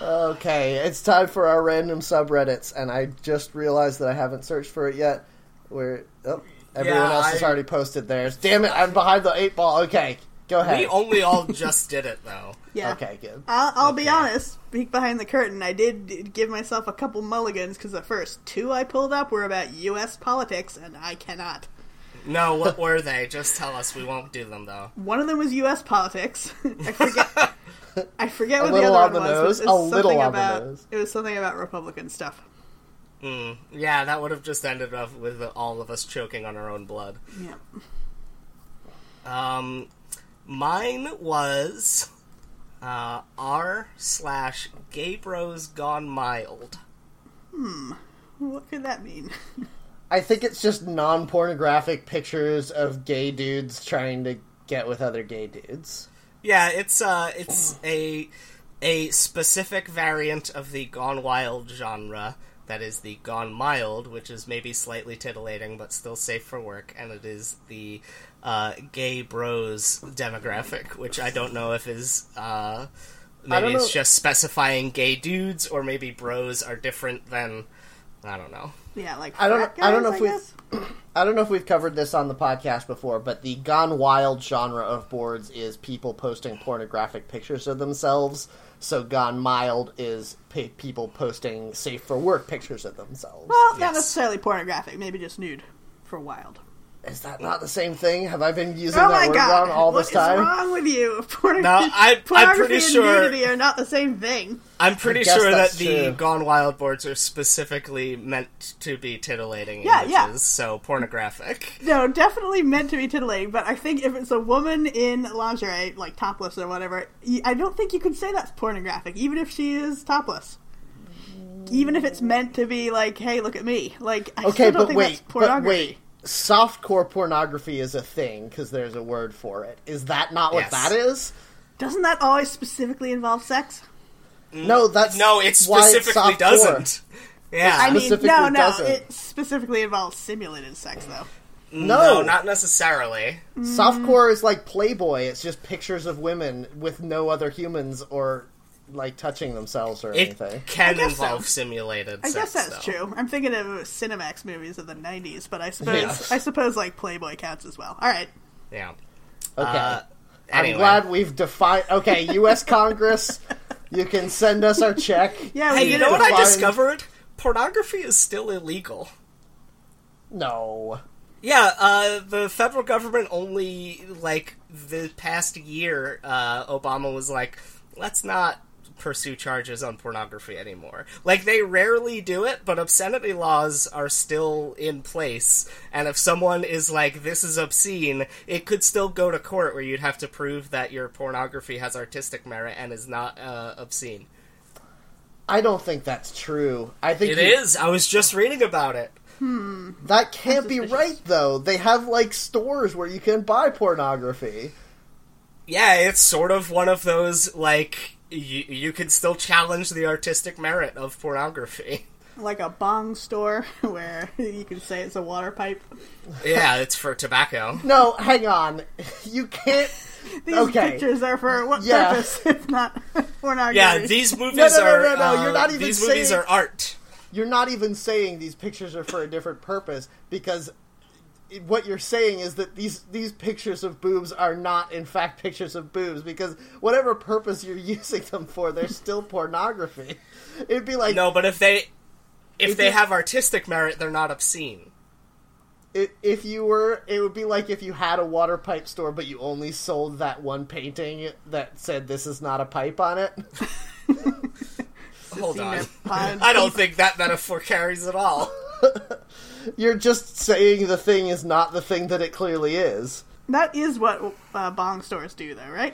okay, it's time for our random subreddits, and I just realized that I haven't searched for it yet. Where oh, everyone Yeah, else has I- already posted theirs. Damn it, I'm behind the eight ball. Okay, go ahead. We only all just did it though. Yeah. Okay, good. I'll, I'll be Okay. honest. Peek behind the curtain. I did d- give myself a couple mulligans because the first two I pulled up were about U.S. politics, and I cannot. No, what were they? Just tell us. We won't do them though. One of them was U.S. politics. I forget. I forget what the little other on one the was. nose, but a it little was something on the about nose. it was something about Republican stuff. Mm, yeah, that would have just ended up with all of us choking on our own blood. Yeah. Um, mine was uh, r slash gay bros gone mild. What could that mean? I think it's just non pornographic pictures of gay dudes trying to get with other gay dudes. Yeah, it's uh, it's a a specific variant of the gone wild genre. That is the gone mild, which is maybe slightly titillating but still safe for work, and it is the uh, gay bros demographic, which I don't know if is uh, maybe don't it's know- just specifying gay dudes, or maybe bros are different than I don't know. Yeah, like I don't- frat I don't guys, know if we- guess? I don't know if we've covered this on the podcast before, but the gone wild genre of boards is people posting pornographic pictures of themselves. So gone mild is pe- people posting safe for work pictures of themselves. Well, not Yes. necessarily pornographic. Maybe just nude for wild. Is that not the same thing? Have I been using Oh that my word god! wrong all What this is time? wrong with you? Porn- No, I- I'm pornography pretty and sure- nudity are not the same thing. I'm pretty guess sure that that's the true. Gone Wild boards are specifically meant to be titillating Yeah, images, yeah. so pornographic. No, definitely meant to be titillating, but I think if it's a woman in lingerie, like topless or whatever, y- I don't think you can say that's pornographic, even if she is topless. even if it's meant to be like, hey, look at me. Like, I Okay, still don't but think wait, that's but pornography. wait. Softcore pornography is a thing because there's a word for it. Is that not what Yes. that is? Doesn't that always specifically involve sex? Mm. No, that's No, it why it's specifically softcore. doesn't. Yeah. I mean, Specifically no, no, doesn't. it specifically involves simulated sex, though. No, not necessarily. softcore is like Playboy. It's just pictures of women with no other humans or like touching themselves or It anything. can guess so. involve simulated I sex, guess that's though. true. I'm thinking of Cinemax movies of the '90s, but I suppose Yes. I suppose like Playboy counts as well. All right, Yeah. Okay. Uh, I'm anyway. glad we've defined. Okay, U.S. Congress, you can send us our check. yeah. We Hey, did you know it. what I Define- discovered? Pornography is still illegal. No. Yeah, uh, the federal government only, like, the past year, uh, Obama was like, let's not pursue charges on pornography anymore. Like, they rarely do it, but obscenity laws are still in place. And if someone is like, this is obscene, it could still go to court where you'd have to prove that your pornography has artistic merit and is not uh, obscene. I don't think that's true. I think It you- is. I was just reading about it. That can't be suspicious. right, though. They have like stores where you can buy pornography. yeah, it's sort of one of those like you, you can still challenge the artistic merit of pornography. like a bong store where you can say it's a water pipe. yeah, it's for tobacco. No, hang on. You can't. These Okay. pictures are for what Yeah. purpose? If not pornography. Yeah, these movies no, no, are no, no, uh, you're not even these saying- movies are art. You're not even saying these pictures are for a different purpose because i- what you're saying is that these these pictures of boobs are not in fact pictures of boobs because whatever purpose you're using them for, they're still pornography. It'd be like No, but if they if If they you- have artistic merit, they're not obscene. i- if you were it would be like if you had a water pipe store but you only sold that one painting that said this is not a pipe on it. Hold on. pond. I don't think that metaphor carries at all. You're just saying the thing is not the thing that it clearly is. That is what uh, bong stores do, though, right?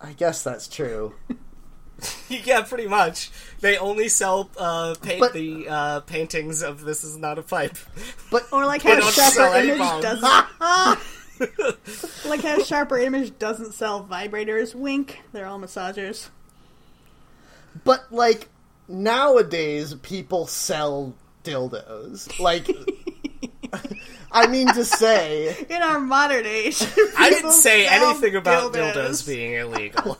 I guess that's true. yeah, pretty much. They only sell uh, paint But- the uh, paintings of "This is not a pipe." But Or like They how don't sell sharper any image bongs. doesn't. like how sharper image doesn't sell vibrators. Wink. They're all massagers. But like nowadays, people sell dildos. Like, I mean to say, In our modern age, I didn't say sell anything about dildos, dildos being illegal.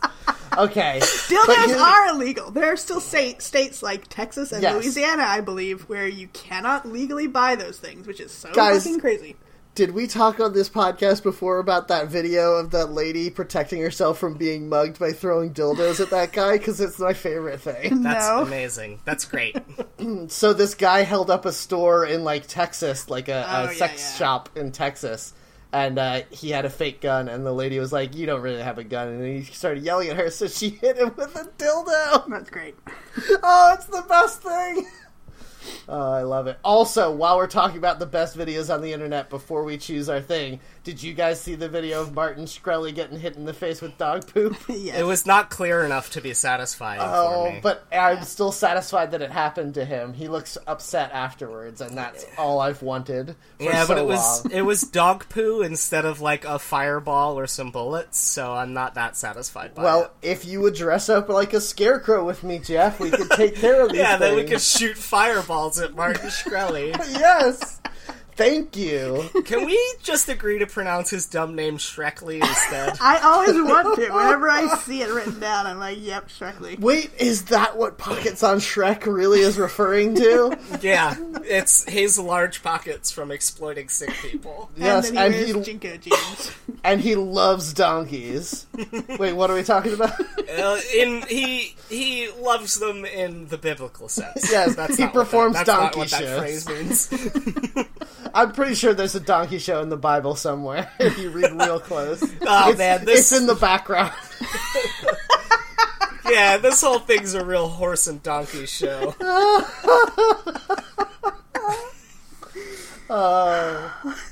okay, But Dildos you- are illegal. There are still state, states like Texas and Yes. Louisiana, I believe, where you cannot legally buy those things, which is so Guys- fucking crazy. did we talk on this podcast before about that video of that lady protecting herself from being mugged by throwing dildos at that guy? Because it's my favorite thing. That's no. amazing. That's great. So this guy held up a store in like Texas, like a, Oh, a yeah, sex yeah. shop in Texas. And uh, he had a fake gun, and the lady was like, "You don't really have a gun," and he started yelling at her, so she hit him with a dildo. That's great. Oh, it's the best thing. Oh, I love it. Also, while we're talking about the best videos on the internet before we choose our thing, did you guys see the video of Martin Shkreli getting hit in the face with dog poop? yes. it was not clear enough to be satisfying for oh, me. but I'm still satisfied that it happened to him. He looks upset afterwards, and that's all I've wanted for yeah, so but it was long. it was dog poo instead of like a fireball or some bullets, so I'm not that satisfied by Well, it. if you would dress up like a scarecrow with me, Jeff, we could take care of these Yeah, then we could things. shoot fireballs at Martin Shkreli. Yes. Thank you. Can we just agree to pronounce his dumb name Shrekley instead? I always want to. Whenever I see it written down, I'm like, yep, Shrekley. Wait, is that what Pockets on Shrek really is referring to? yeah, it's his large pockets from exploiting sick people. yes, and and then he he wears Jinko jeans. and he loves donkeys. Wait, what are we talking about? Uh, in he he loves them in the biblical sense. Yes, he not what performs that, that's donkey not what shows. that phrase means. I'm pretty sure there's a donkey show in the Bible somewhere. If you read real close, Oh it's, man, this it's in the background. yeah, this whole thing's a real horse and donkey show. Oh,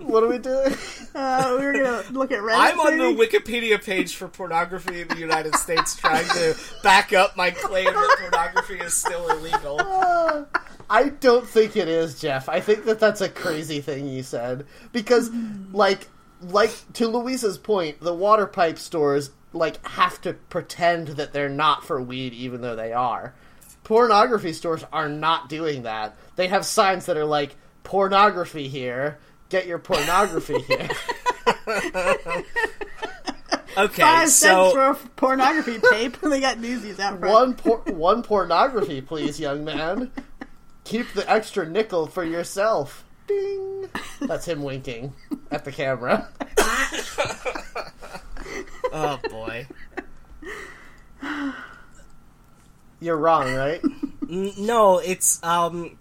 What are we doing? Uh, we were gonna look at Reddit. I'm on the maybe? Wikipedia page for pornography in the United States trying to back up my claim that pornography is still illegal. I don't think it is, Jeff. I think that that's a crazy thing you said because, like, like to Louisa's point, the water pipe stores like have to pretend that they're not for weed, even though they are. Pornography stores are not doing that. They have signs that are like "pornography here." Get your pornography here. Okay, Five so cents for a pornography tape. they got newsies out front. one por- one pornography, please, young man. Keep the extra nickel for yourself. Ding. That's him winking at the camera. oh boy, You're wrong, right? N- no, it's um,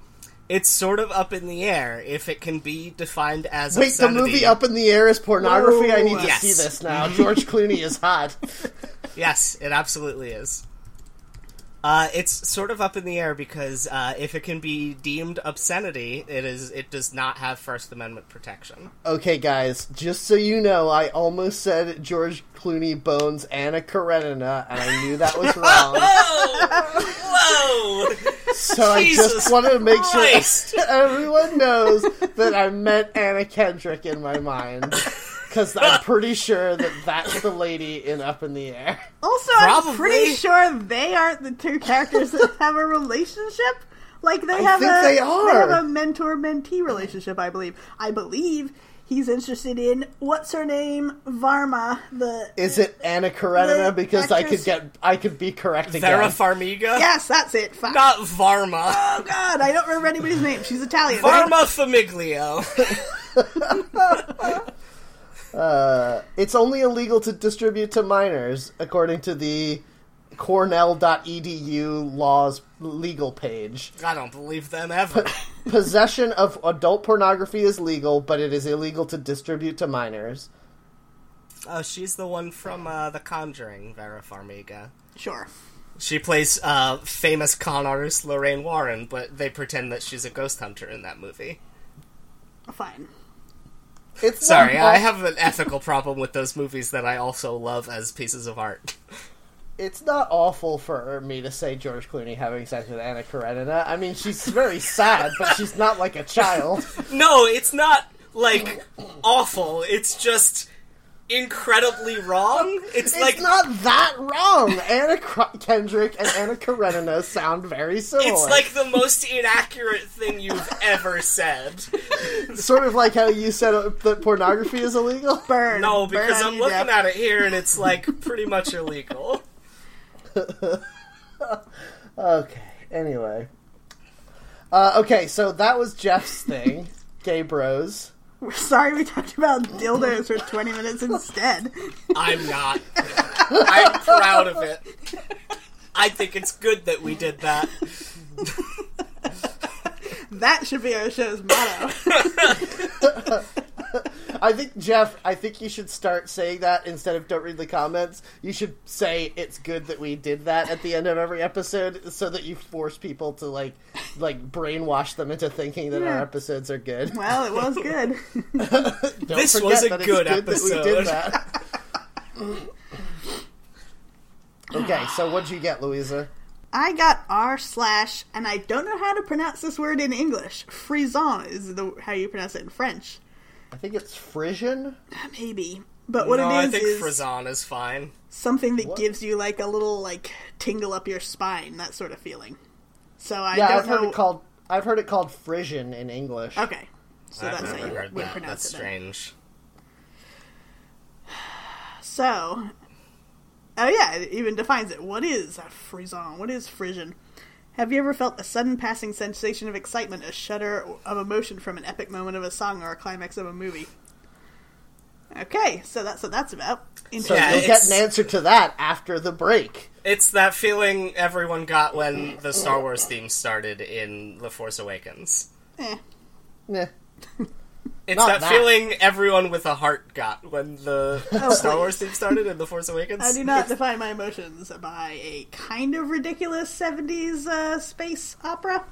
it's sort of up in the air if it can be defined as Wait, the obscenity. movie Up in the Air is pornography. I need to Yes. see this now. George Clooney is hot. Yes, it absolutely is. Uh, it's sort of up in the air because uh, if it can be deemed obscenity, it is it does not have First Amendment protection. Okay, guys, just so you know, I almost said George Clooney bones Anna Karenina, and I knew that was wrong. Whoa! Whoa! so I Jesus just wanted to make Christ. sure everyone knows that I meant Anna Kendrick in my mind. Because I'm pretty sure that that's the lady in Up in the Air. Also, Probably. I'm pretty sure they aren't the two characters that have a relationship. Like they have think a they are. have a mentor mentee relationship, I believe. I believe he's interested in what's her name, Varma. The Is it Anna Karenina? The Because I could actress- get, I could be correct again. Vera Farmiga, yes, that's it. Fuck. not Varma. Oh God, I don't remember anybody's name. She's Italian. right? Varma Famiglio. It's only illegal to distribute to minors, according to the cornell.edu laws legal page. I don't believe them ever. Possession of adult pornography is legal, but it is illegal to distribute to minors. Oh, she's the one from uh, The Conjuring, Vera Farmiga. Sure. She plays uh, famous con artist Lorraine Warren, but they pretend that she's a ghost hunter in that movie. Fine. It's Sorry, not, I have an ethical problem with those movies that I also love as pieces of art. It's not awful for me to say George Clooney having sex with Anna Karenina. I mean, she's very sad, but she's not like a child. No, it's not like awful. It's just incredibly wrong. It's, like it's not that wrong. Anna Cr- Kendrick and Anna Karenina sound very similar. it's like the most inaccurate thing you've ever said. sort of like how you said uh, that pornography is illegal. Burn. No, Burn because on I'm you, looking Jeff. at it here and it's like pretty much illegal. Okay. Anyway. Uh, okay, so that was Jeff's thing, gay bros. We're sorry we talked about dildos for twenty minutes instead. I'm not. I'm proud of it. I think it's good that we did that. That should be our show's motto. I think Jeff. I think you should start saying that instead of "Don't read the comments." You should say it's good that we did that at the end of every episode, so that you force people to like, like brainwash them into thinking that our Yeah. episodes are good. well, it was good. Don't This forget was a that it's good That we episode. did that. okay, so what'd you get, Louisa? I got r slash, and I don't know how to pronounce this word in English. Frisson is the, how you pronounce it in French, Uh, I think it's Frisian. maybe. But what no, it is I think is Frazan is fine. something that gives you like a little like tingle up your spine, that sort of feeling. So I Yeah, don't I've know. heard it called. I've heard it called Frisian in English. okay, so I've that's how never you heard would that. pronounce That's it. then. strange. So, oh yeah, it even defines it. What is a frisson? What is frisson? Have you ever felt a sudden passing sensation of excitement, a shudder of emotion from an epic moment of a song or a climax of a movie? Okay, so that's what that's about. So Interesting. Yeah, you'll get it's- an answer to that after the break. It's that feeling everyone got when the Star Wars theme started in The Force Awakens. Eh. Nah. It's Not that, that. feeling everyone with a heart got when the Oh, Star please. Wars theme started in The Force Awakens. I do not define my emotions by a kind of ridiculous 70s uh, space opera.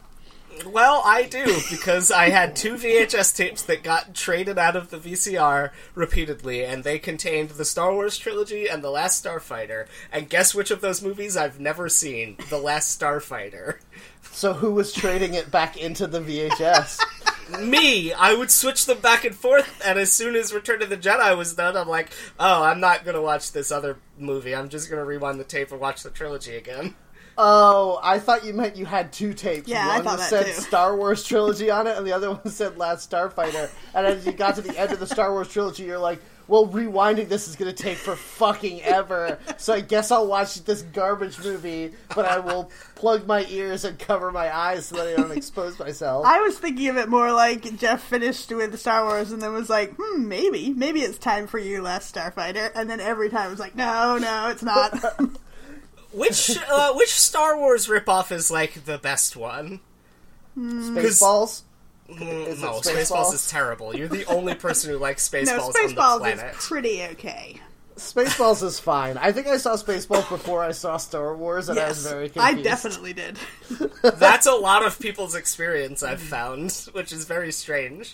Well, I do because I had two VHS tapes that got traded out of the VCR repeatedly, and they contained the Star Wars trilogy and the Last Starfighter. And guess which of those movies I've never seen? The Last Starfighter. So who was trading it back into the VHS? Me, I would switch them back and forth, and as soon as Return of the Jedi was done, I'm like, oh, I'm not gonna watch this other movie. I'm just gonna rewind the tape and watch the trilogy again. Oh, I thought you meant you had two tapes. Yeah, I one thought that said too. Star Wars trilogy on it, and the other one said Last Starfighter. And as you got to the end of the Star Wars trilogy, you're like, "Well, rewinding this is going to take for fucking ever." So I guess I'll watch this garbage movie, but I will plug my ears and cover my eyes so that I don't expose myself. I was thinking of it more like Jeff finished with Star Wars and then was like, hmm, maybe, maybe it's time for you, Last Starfighter. And then every time it was like, no, no, it's not. Which uh, which Star Wars ripoff is like the best one? Spaceballs. Mm, Is it no, Spaceballs? Spaceballs? is terrible. You're the only person who likes Spaceballs no, on the Spaceballs planet. is pretty okay. Spaceballs is fine. I think I saw Spaceballs before I saw Star Wars, and I was Yes, very I confused. definitely did. That's a lot of people's experience Mm. I've found, which is very strange.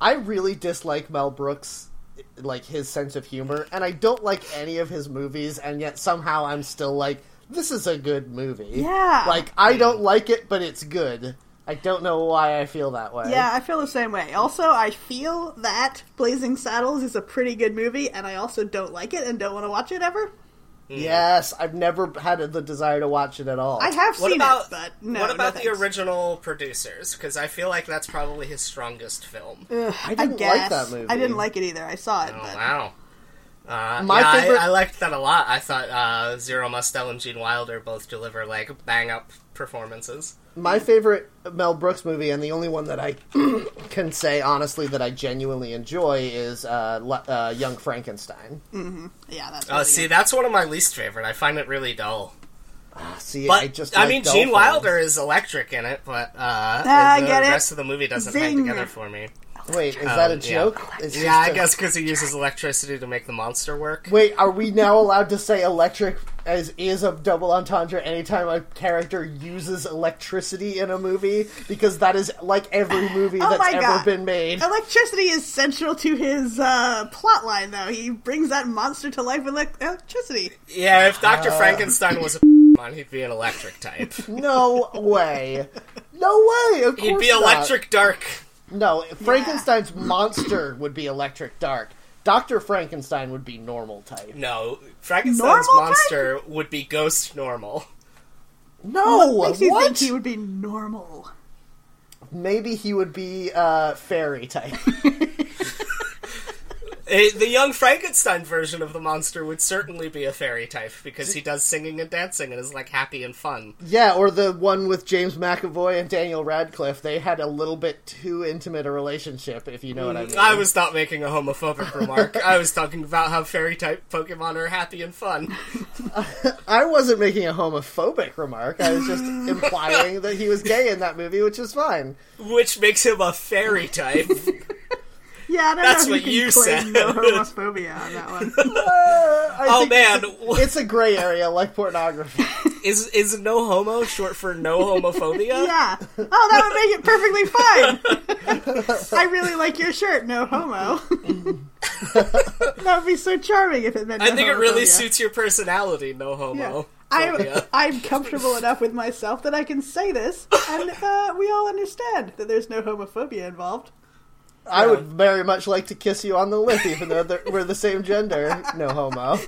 I really dislike Mel Brooks, like his sense of humor, and I don't like any of his movies, and yet somehow I'm still like, this is a good movie. Yeah. Like I don't like it, but it's good. I don't know why I feel that way. Yeah, I feel the same way. Also, I feel that Blazing Saddles is a pretty good movie, and I also don't like it and don't want to watch it ever. Hmm. Yes, I've never had the desire to watch it at all. I have What seen about it, but no. what about no the thanks. original producers? Because I feel like that's probably his strongest film. I I didn't like guess. that movie. I didn't like it either. I saw it, Oh but wow. Uh, My yeah, I- favorite- I, liked that a lot. I thought uh, Zero Mostel and Gene Wilder both deliver like bang up performances. My favorite Mel Brooks movie, and the only one that I can say honestly that I genuinely enjoy, is uh, Le- uh, Young Frankenstein. Hmm. Oh, yeah, that's. Uh, really see, good. that's one of my least favorite. I find it really dull. See, But I I, just like mean, dolphins. Gene Wilder is electric in it, but uh, Ah, I the get it. rest of the movie doesn't hang Zing. together for me. Wait, is that a Um, yeah. joke? It's Yeah, just I a- guess because he uses electricity to make the monster work. Wait, are we now allowed to say electric as is a double entendre anytime a character uses electricity in a movie? Because that is like every movie Oh that's my ever God. been made. Electricity is central to his uh, plot line, though. He brings that monster to life with elec- electricity. Yeah, if Dr. Uh, Frankenstein was a man, he'd be an electric type. No way. No way. Of course He'd be not. electric dark. No, Frankenstein's monster would be electric dark. Dr. Frankenstein would be normal type. No, Frankenstein's Normal type? monster would be ghost normal. No, what Oh, what? makes you think he would be normal? Maybe he would be uh, fairy type. Eh, the young Frankenstein version of the monster would certainly be a fairy type because he does singing and dancing and is like happy and fun. Yeah, or the one with James McAvoy and Daniel Radcliffe. They had a little bit too intimate a relationship, if you know what I mean. Mm, I was not making a homophobic remark. I was talking about how fairy type Pokemon are happy and fun. I wasn't making a homophobic remark. I was just implying that he was gay in that movie, which is fine. Which makes him a fairy type. Yeah, I don't That's know what if you you can said. claim no homophobia on that one. Uh, I Oh think man, it's a, it's a gray area like pornography. is is no homo short for no homophobia? Yeah. Oh, that would make it perfectly fine. I really like your shirt, no homo. that would be so charming if it meant. I no think it really homophobia. suits your personality, no homo. Yeah. Phobia. I'm, I'm comfortable enough with myself that I can say this, and uh, we all understand that there's no homophobia involved. I would very much like to kiss you on the lip, even though they're- we're the same gender. No homo.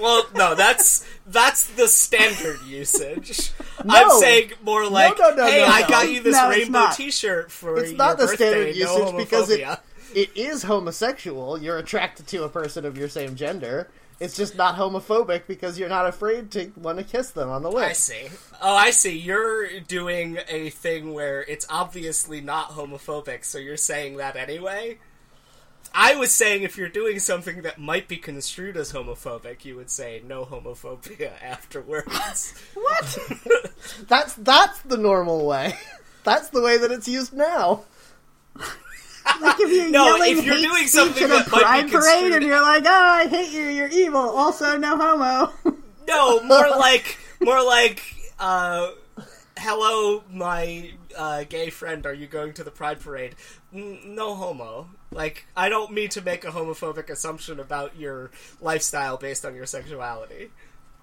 Well, no, that's that's the standard usage. No. I'm saying more like, no, no, "Hey, no, I no. got you this No, it's rainbow not. T-shirt for It's your not the birthday, standard no usage because it homophobia." it is homosexual. You're attracted to a person of your same gender. It's just not homophobic because you're not afraid to want to kiss them on the I lips. see. Oh, I see. You're doing a thing where it's obviously not homophobic, so you're saying that anyway. I was saying if you're doing something that might be construed as homophobic, you would say no homophobia afterwards. What? That's that's the normal way. That's the way that it's used now. Like if you're No, yelling if you're hate doing speech something in that a might be pride parade, construed- and you're like, "Oh, I hate you. You're evil." Also, no homo. No, more like more like uh hello, my uh, gay friend, are you going to the Pride Parade? N- no homo. Like, I don't mean to make a homophobic assumption about your lifestyle based on your sexuality.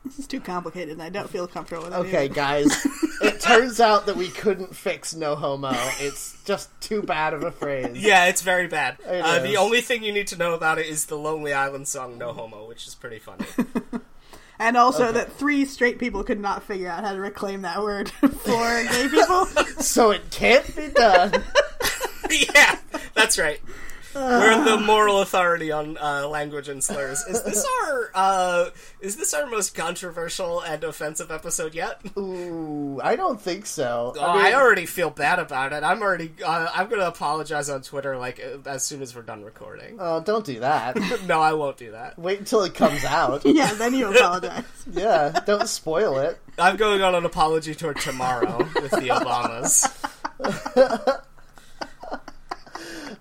This is too complicated, and I don't feel comfortable with it. Okay, either. guys, it turns out that we couldn't fix no homo. It's just too bad of a phrase. Yeah, it's very bad. It uh, is. the only thing you need to know about it is the Lonely Island song No Homo, which is pretty funny. and also that three straight people could not figure out how to reclaim that word for gay people. So it can't be done. yeah, that's right. We're the moral authority on uh, language and slurs. Is this our uh, is this our most controversial and offensive episode yet? Ooh, I don't think so. Oh, I already feel bad about it. I'm already. Uh, I'm gonna apologize on Twitter like uh, as soon as we're done recording. Oh, don't do that. no, I won't do that. Wait until it comes out. yeah, then you apologize. Yeah, don't spoil it. I'm going on an apology tour tomorrow with the Obamas.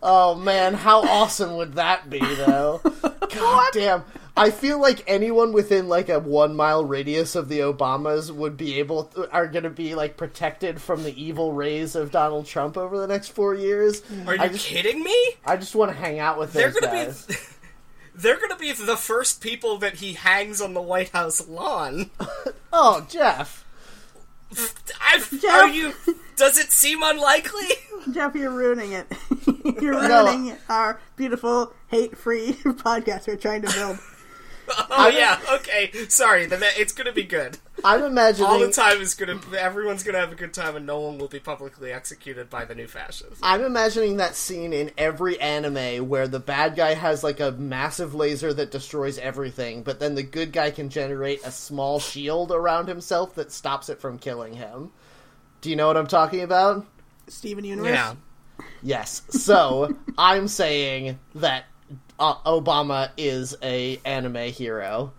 Oh man, how awesome would that be though? God damn. I feel like anyone within like a one mile radius of the Obamas would be able are going to be like protected from the evil rays of Donald Trump over the next four years. Are you I just kidding me? I just want to hang out with They're those gonna guys. be. They're gonna be the first people that he hangs on the White House lawn. Oh, Jeff. i Are you? Does it seem unlikely? Jeff, you're ruining it. you're No. ruining our beautiful, hate-free podcast we're trying to build. Oh yeah. Okay. Sorry. Then that- it's gonna be good. I'm All the imagining time is gonna. Everyone's gonna have a good time, and no one will be publicly executed by the new fascists. I'm imagining that scene in every anime where the bad guy has like a massive laser that destroys everything, but then the good guy can generate a small shield around himself that stops it from killing him. Do you know what I'm talking about? Steven Universe. Yeah. Yes. So I'm saying that uh, Obama is a anime hero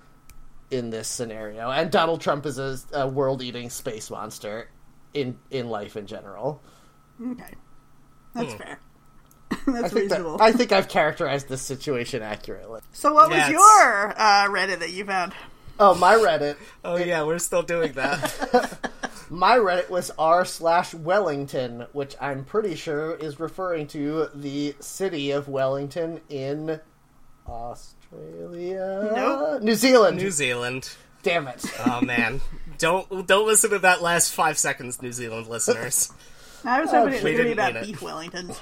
in this scenario, and Donald Trump is a, a world-eating space monster in in life in general. Okay, Hmm. that's fair. I that's think that, reasonable. I think I've characterized this situation accurately. So, what was That's- your uh, Reddit that you found? Oh, my Reddit. Oh yeah. We're still doing that. My Reddit was r slash Wellington, which I'm pretty sure is referring to the city of Wellington in Australia, Nope. New Zealand. new Zealand. Damn it! Oh man. Don't don't listen to that last five seconds, New Zealand listeners. I was hoping it was we going to be didn't about mean it. beef Wellingtons.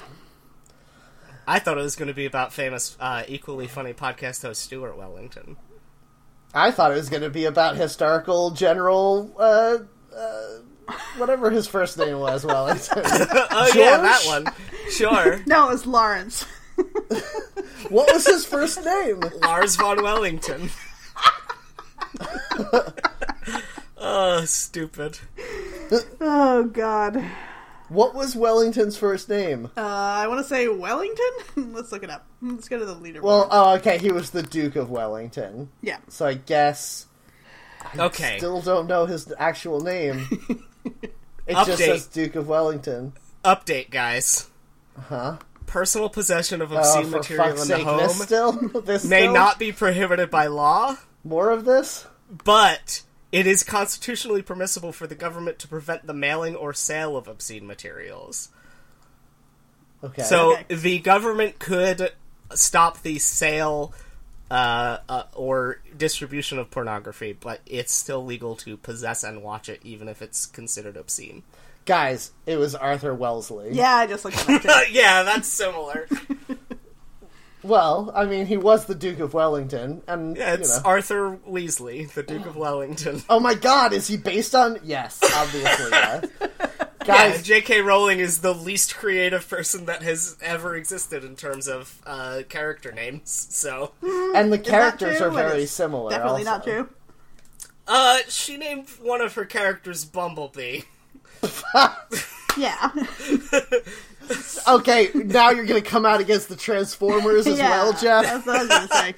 I thought it was going to be about famous, uh, equally funny podcast host Stuart Wellington. I thought it was going to be about historical general, uh, uh, whatever his first name was. Wellington. Oh yeah, George? that one. Sure, No, it was Lawrence. what was his first name? Lars von Wellington. oh, stupid. Oh God. Uh, What was Wellington's first name? I want to say Wellington. Let's look it up. Let's go to the leaderboard. well, oh, okay, he was the Duke of Wellington. yeah. So I guess Okay, Still don't know his actual name. It Update. just says Duke of Wellington. update, guys. Huh? Personal possession of Uh-huh. Oh, obscene for material fuck's in the sake, home this still? This may still? not be prohibited by law, More of this? but it is constitutionally permissible for the government to prevent the mailing or sale of obscene materials. Okay. So Okay. the government could stop the sale uh, uh, or distribution of pornography, but it's still legal to possess and watch it, even if it's considered obscene. Guys, it was Arthur Wellesley. Yeah, I just looked it up. too. Uh, yeah, that's similar. Well, I mean, he was the Duke of Wellington, and, Yeah, it's you know. Arthur Weasley, the Duke of Wellington. oh my god, is he based on... Yes, obviously, yes. Yeah, Guys, J.K. Rowling is the least creative person that has ever existed in terms of uh, character names. So, and the that characters true? are It very is similar. Definitely not also. true. uh, she named one of her characters Bumblebee. Yeah. Okay, now you're going to come out against the Transformers as yeah. well, Jeff? That's what I was going to say.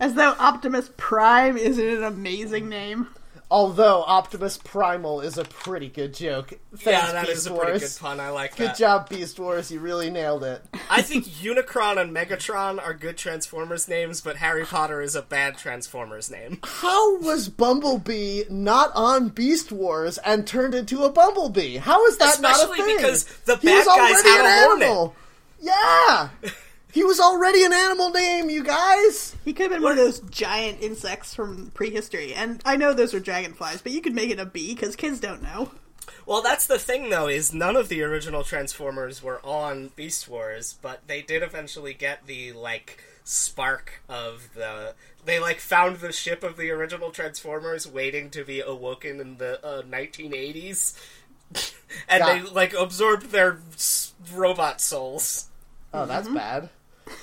As though Optimus Prime isn't an amazing name. Although Optimus Primal is a pretty good joke. Thanks, yeah, that Beast is a Wars. pretty good pun. I like Good that. job, Beast Wars. You really nailed it. I think Unicron and Megatron are good Transformers names, but Harry Potter is a bad Transformers name. How was Bumblebee not on Beast Wars and turned into a Bumblebee? How is that not Especially a thing? because the He was bad guys already had a an hornet. animal. Yeah, he was already an animal name. You guys, He could have been one of those giant insects from prehistory. And I know those are dragonflies, but you could make it a bee because kids don't know. Well, that's the thing though is none of the original Transformers were on Beast Wars, but they did eventually get the like spark of the they like found the ship of the original Transformers waiting to be awoken in the uh, 1980s and Yeah. they like absorbed their s- robot souls. oh, that's bad. Mm-hmm. Uh,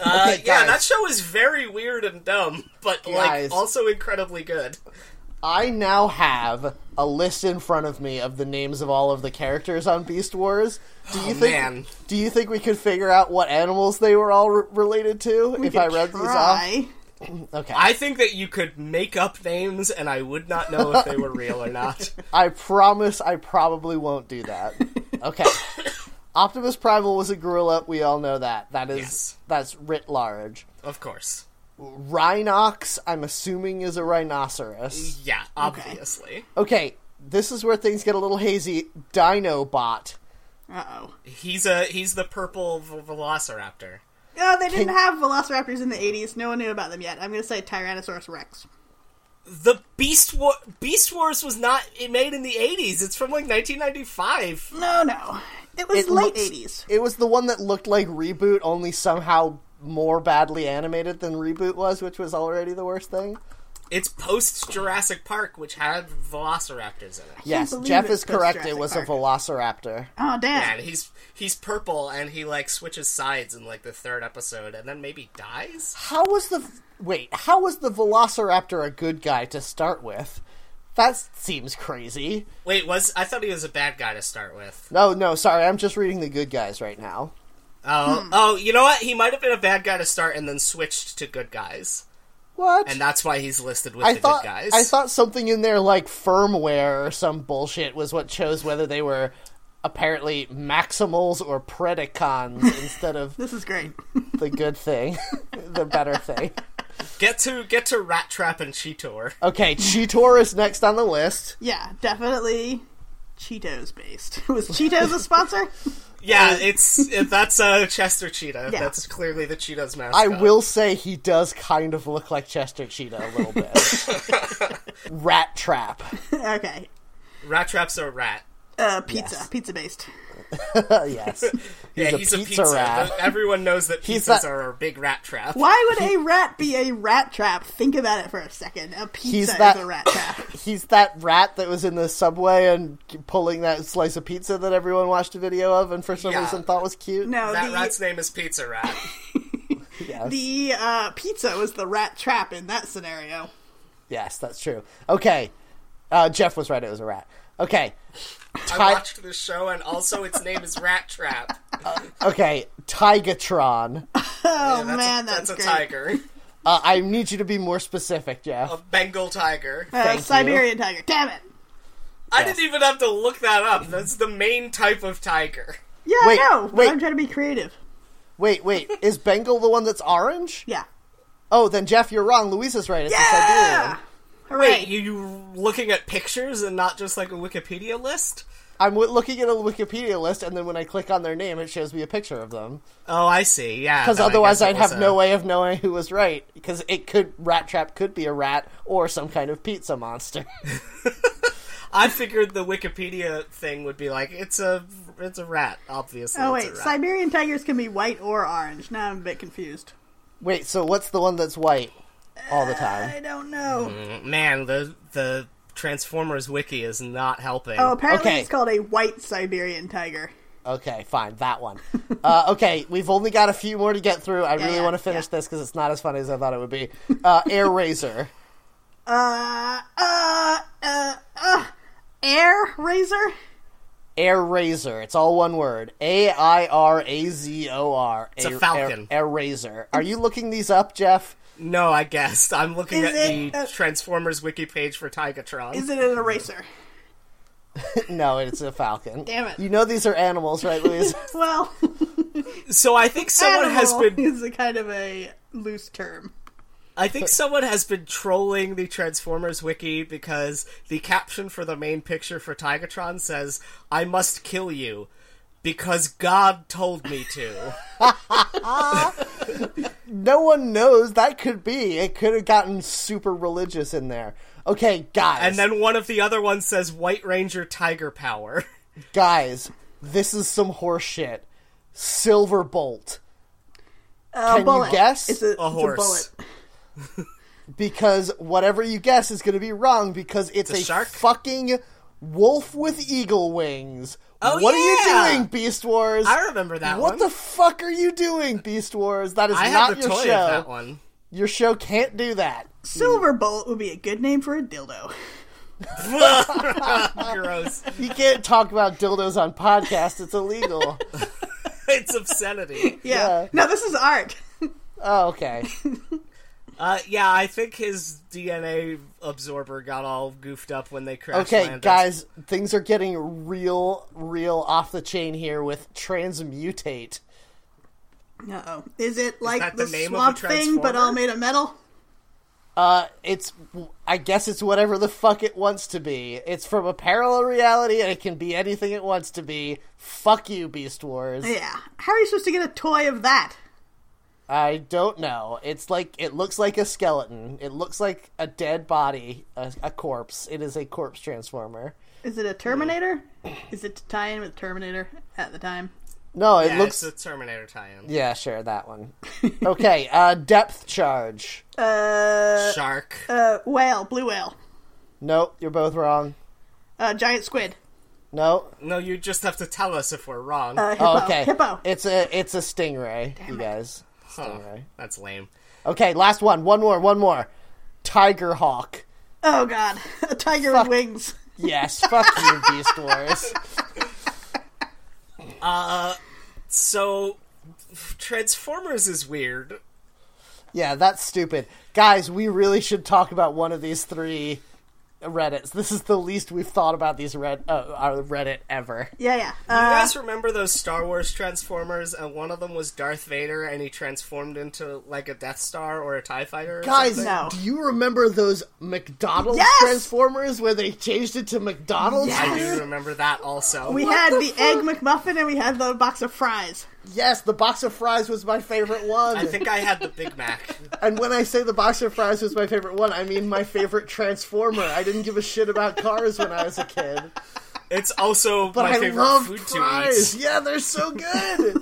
Okay, yeah, guys. that show is very weird and dumb, but Guys. like also incredibly good. I now have a list in front of me of the names of all of the characters on Beast Wars. Do you Oh, think? man. Do you think we could figure out what animals they were all re- related to if I read Try. these off? Okay, I, I think that you could make up names, and I would not know if they were real or not. promise I probably won't do that. Okay. Optimus Primal was a gorilla. We all know that. That is Yes. that's writ large. Of course. Rhinox, I'm assuming, is a rhinoceros. Yeah, obviously. Okay, this is where things get a little hazy. Dinobot. Uh oh. He's a he's the purple v- velociraptor. No, Oh, they didn't have velociraptors in the 80s. No one knew about them yet. I'm going to say Tyrannosaurus Rex. The Beast War Beast Wars was not it made in the 80s. It's from like 1995. No, no. It was It late looks- 80s. It was the one that looked like Reboot, only somehow more badly animated than Reboot was, which was already the worst thing. It's post Jurassic Park which had velociraptors in it. Yes, believe Jeff it's is correct. It post-Jurassic was Park. a velociraptor. Oh, damn. And he's he's purple and he like switches sides in like the third episode and then maybe dies. How was the wait? How was the velociraptor a good guy to start with? That seems crazy. Wait, was I thought he was a bad guy to start with. No, no, sorry. I'm just reading the good guys right now. Oh, Hmm. oh, you know what? He might have been a bad guy to start and then switched to good guys. What? And that's why he's listed with I the thought good guys. I thought something in there like firmware or some bullshit was what chose whether they were apparently maximals or predicons instead of This is great. the good thing, the better thing. Get to get to Rat Trap and Cheetor. Okay, Cheetor is next on the list. yeah, definitely Cheetos based. Was Cheetos a sponsor? Yeah, it's it, that's uh, Chester Cheetah. Yeah. That's clearly the Cheetah's mascot. I will say he does kind of look like Chester Cheetah a little bit. Rat Trap. okay. Rat Trap's a rat. Uh, pizza. Yes. Pizza based. Uh, yes. yeah, a he's a pizza pizza, rat. but Everyone knows that He's pizzas a- are a big rat trap. Why would a rat be a rat trap? Think about it for a second. A pizza that- is a rat trap. He's that rat that was in the subway and pulling that slice of pizza that everyone watched a video of and for some Yeah. reason thought was cute. No, That the, rat's name is Pizza Rat. Yes. the uh, pizza was the rat trap in that scenario. yes, that's true. Okay. Uh, Jeff was right. It was a rat. Okay. I watched the show, and also its name is Rat Trap. Okay. Tigatron. Oh That's man, a, that's, that's, a great. tiger, Uh, I need you to be more specific, Jeff. a Bengal tiger. Uh, Thank you. Siberian tiger. Damn it. I didn't even have to look that up. That's the main type of tiger. Yeah, Wait, I know. but wait. I'm trying to be creative. Wait, wait. Is Bengal the one that's orange? Yeah. Oh, then Jeff, you're wrong. Louisa's right. It's a Yeah. Siberian. Hooray. Wait, you, you looking at pictures and not just like a Wikipedia list? I'm w- looking at a Wikipedia list, and then when I click on their name, it shows me a picture of them. Oh, I see. Yeah, Because then I otherwise, guess it I'd was have a- no way of knowing who was right. Because it could rat trap could be a rat or some kind of pizza monster. I figured the Wikipedia thing would be like it's a it's a rat, obviously. oh it's a wait, rat. Siberian tigers can be white or orange. Now I'm a bit confused. Wait, so what's the one that's white all the time? I don't know. man, the the Transformers wiki is not helping. Oh, apparently Okay. it's called a white Siberian tiger. Okay, fine, that one. Uh, okay, we've only got a few more to get through. I really yeah, want to finish yeah. this because it's not as funny as I thought it would be. Uh, Air Razor. Uh, uh, uh, uh, air razor. Air Razor. It's all one word. A I R A Z O R. It's a falcon. Air, Razor. Are you looking these up, Jeff? No, I guessed. I'm looking Is at the it a- Transformers wiki page for Tigatron. Is it an eraser? no, it's a falcon. Damn it. You know these are animals, right, Louise? Well, so I think someone has animal been is a kind of a loose term. I think someone has been trolling the Transformers wiki because the caption for the main picture for Tigatron says, "I must kill you." Because God told me to. no one knows. That could be. It could have gotten super religious in there. Okay, guys. and then one of the other ones says White Ranger Tiger Power. guys, this is some horse shit. Silver Bolt. Uh, Can you bullet. guess? It's a, it's A horse. bullet. Because whatever you guess is going to be wrong because it's a a shark? fucking wolf with eagle wings. Oh, what are yeah! you doing, Beast Wars? I remember that what one. the fuck are you doing, Beast Wars? That is I not have the your toy show. of that one. Your show can't do that. Silver bullet would be a good name for a dildo. Gross. You can't talk about dildos on podcasts. It's illegal. it's obscenity. Yeah. Yeah. No, this is art. oh, okay. Uh, yeah, I think his DNA absorber got all goofed up when they crashed. Okay, landed. guys, things are getting real, real off the chain here with transmutate. Uh oh. Is it like that the, the name of a swamp thing, but transformer? all made of metal? Uh, it's, I guess it's whatever the fuck it wants to be. It's from a parallel reality, and it can be anything it wants to be. Fuck you, Beast Wars. Yeah. How are you supposed to get a toy of that? I don't know. It's like it looks like a skeleton. It looks like a dead body, a, a corpse. It is a corpse transformer. Is it a Terminator? Is it to tie in with Terminator at the time? No, it Yeah, looks. it's a Terminator tie-in. Yeah, sure, that one. okay, uh, depth charge. Uh, Shark. uh whale, blue whale, Nope, you're both wrong. uh, giant squid, No. no, you just have to tell us if we're wrong. uh, hippo, Oh, okay. hippo. It's a it's a stingray, you guys. Huh, Stingray. that's lame. Okay, last one. One more. One more. Tiger hawk. oh God, a tiger with wings. Yes. fuck you, Beast Wars. So, Transformers is weird. Yeah, that's stupid, guys. We really should talk about one of these three Reddits. This is the least we've thought about these red uh, our Reddit ever. Yeah, yeah. You Uh, guys remember those Star Wars Transformers, and one of them was Darth Vader, and he transformed into like a Death Star or a Tie Fighter. or Guys, something? No. do you remember those McDonald's Yes! Transformers where they changed it to McDonald's? Yes! I do remember that also. we had the, egg McMuffin and we had the box of fries. Yes, the box of fries was my favorite one. I think I had the Big Mac. and when I say the box of fries was my favorite one, I mean my favorite Transformer. I didn't give a shit about cars when I was a kid, It's also but my I favorite love food fries. to eat. Yeah, they're so good.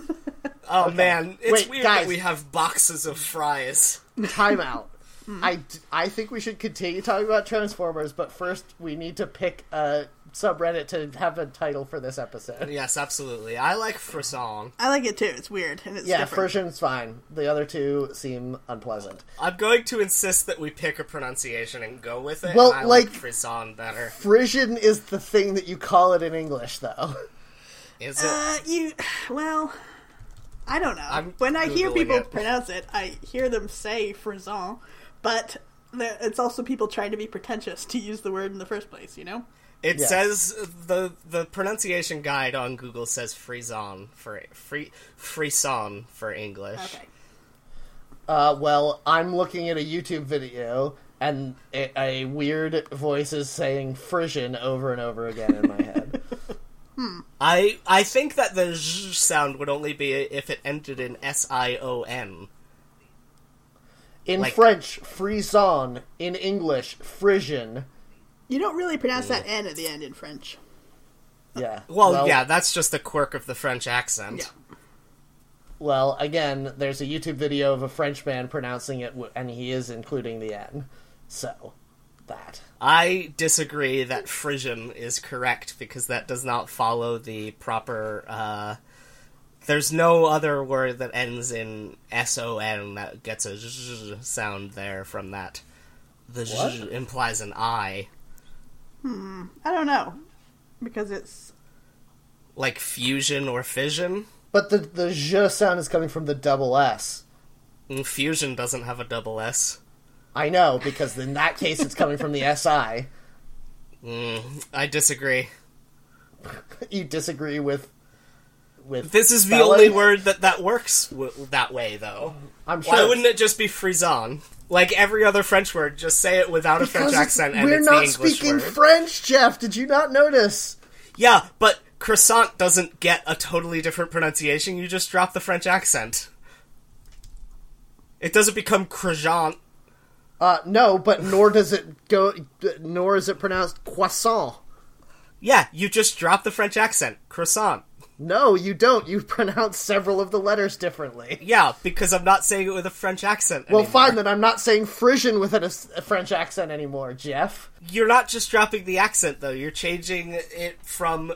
Oh man, it's Wait, weird guys. that we have boxes of fries. Timeout. Hmm. I, d- I think we should continue talking about Transformers, but first we need to pick a subreddit to have a title for this episode. Yes, absolutely. I like frisson. I like it too. It's weird and it's Yeah, different. version's fine. The other two seem unpleasant. I'm going to insist that we pick a pronunciation and go with it. Well, and I like- like frisson better. Frisian is the thing that you call it in English, though. Is it? Uh, you, well, I don't know. I'm when I hear Googling people it. pronounce it, I hear them say frisson, but the, it's also people trying to be pretentious to use the word in the first place, you know? It Yes. says the the pronunciation guide on Google says frisson for free frisson for English. Okay. Uh, well, I'm looking at a YouTube video, and a, a weird voice is saying Frisian over and over again in my head. I I think that the z sound would only be if it ended in s i o n. In Like- French, Frison. In English, Frisian. You don't really pronounce that N at the end in French. Yeah. Uh, Well, yeah, that's just a quirk of the French accent. Yeah. Well, again, there's a YouTube video of a French man pronouncing it, w- and he is including the N. So, that. I disagree that Frisian is correct because that does not follow the proper. Uh, there's no other word that ends in son that gets a zzz sound there from that. The zzz implies an i, I don't know. Because it's. like fusion or fission. But the the je sound is coming from the double S. Mm, Fusion doesn't have a double S. I know because in that case it's coming from the SI. I disagree. You disagree with with This is the spelling? only word that that works w- that way, though. I'm sure. Why wouldn't it just be frisson? Like every other French word, just say it without a Because French accent, and we're it's not the English speaking word. French, Jeff. Did you not notice? yeah, but croissant doesn't get a totally different pronunciation. You just drop the French accent. It doesn't become croissant. Uh, no, but nor does it go. Nor is it pronounced croissant. Yeah, you just drop the French accent. Croissant. No, you don't. You pronounce several of the letters differently. Yeah, because I'm not saying it with a French accent. Well, anymore. fine then. I'm not saying Frisian with a, a French accent anymore, Jeff. You're not just dropping the accent though. You're changing it from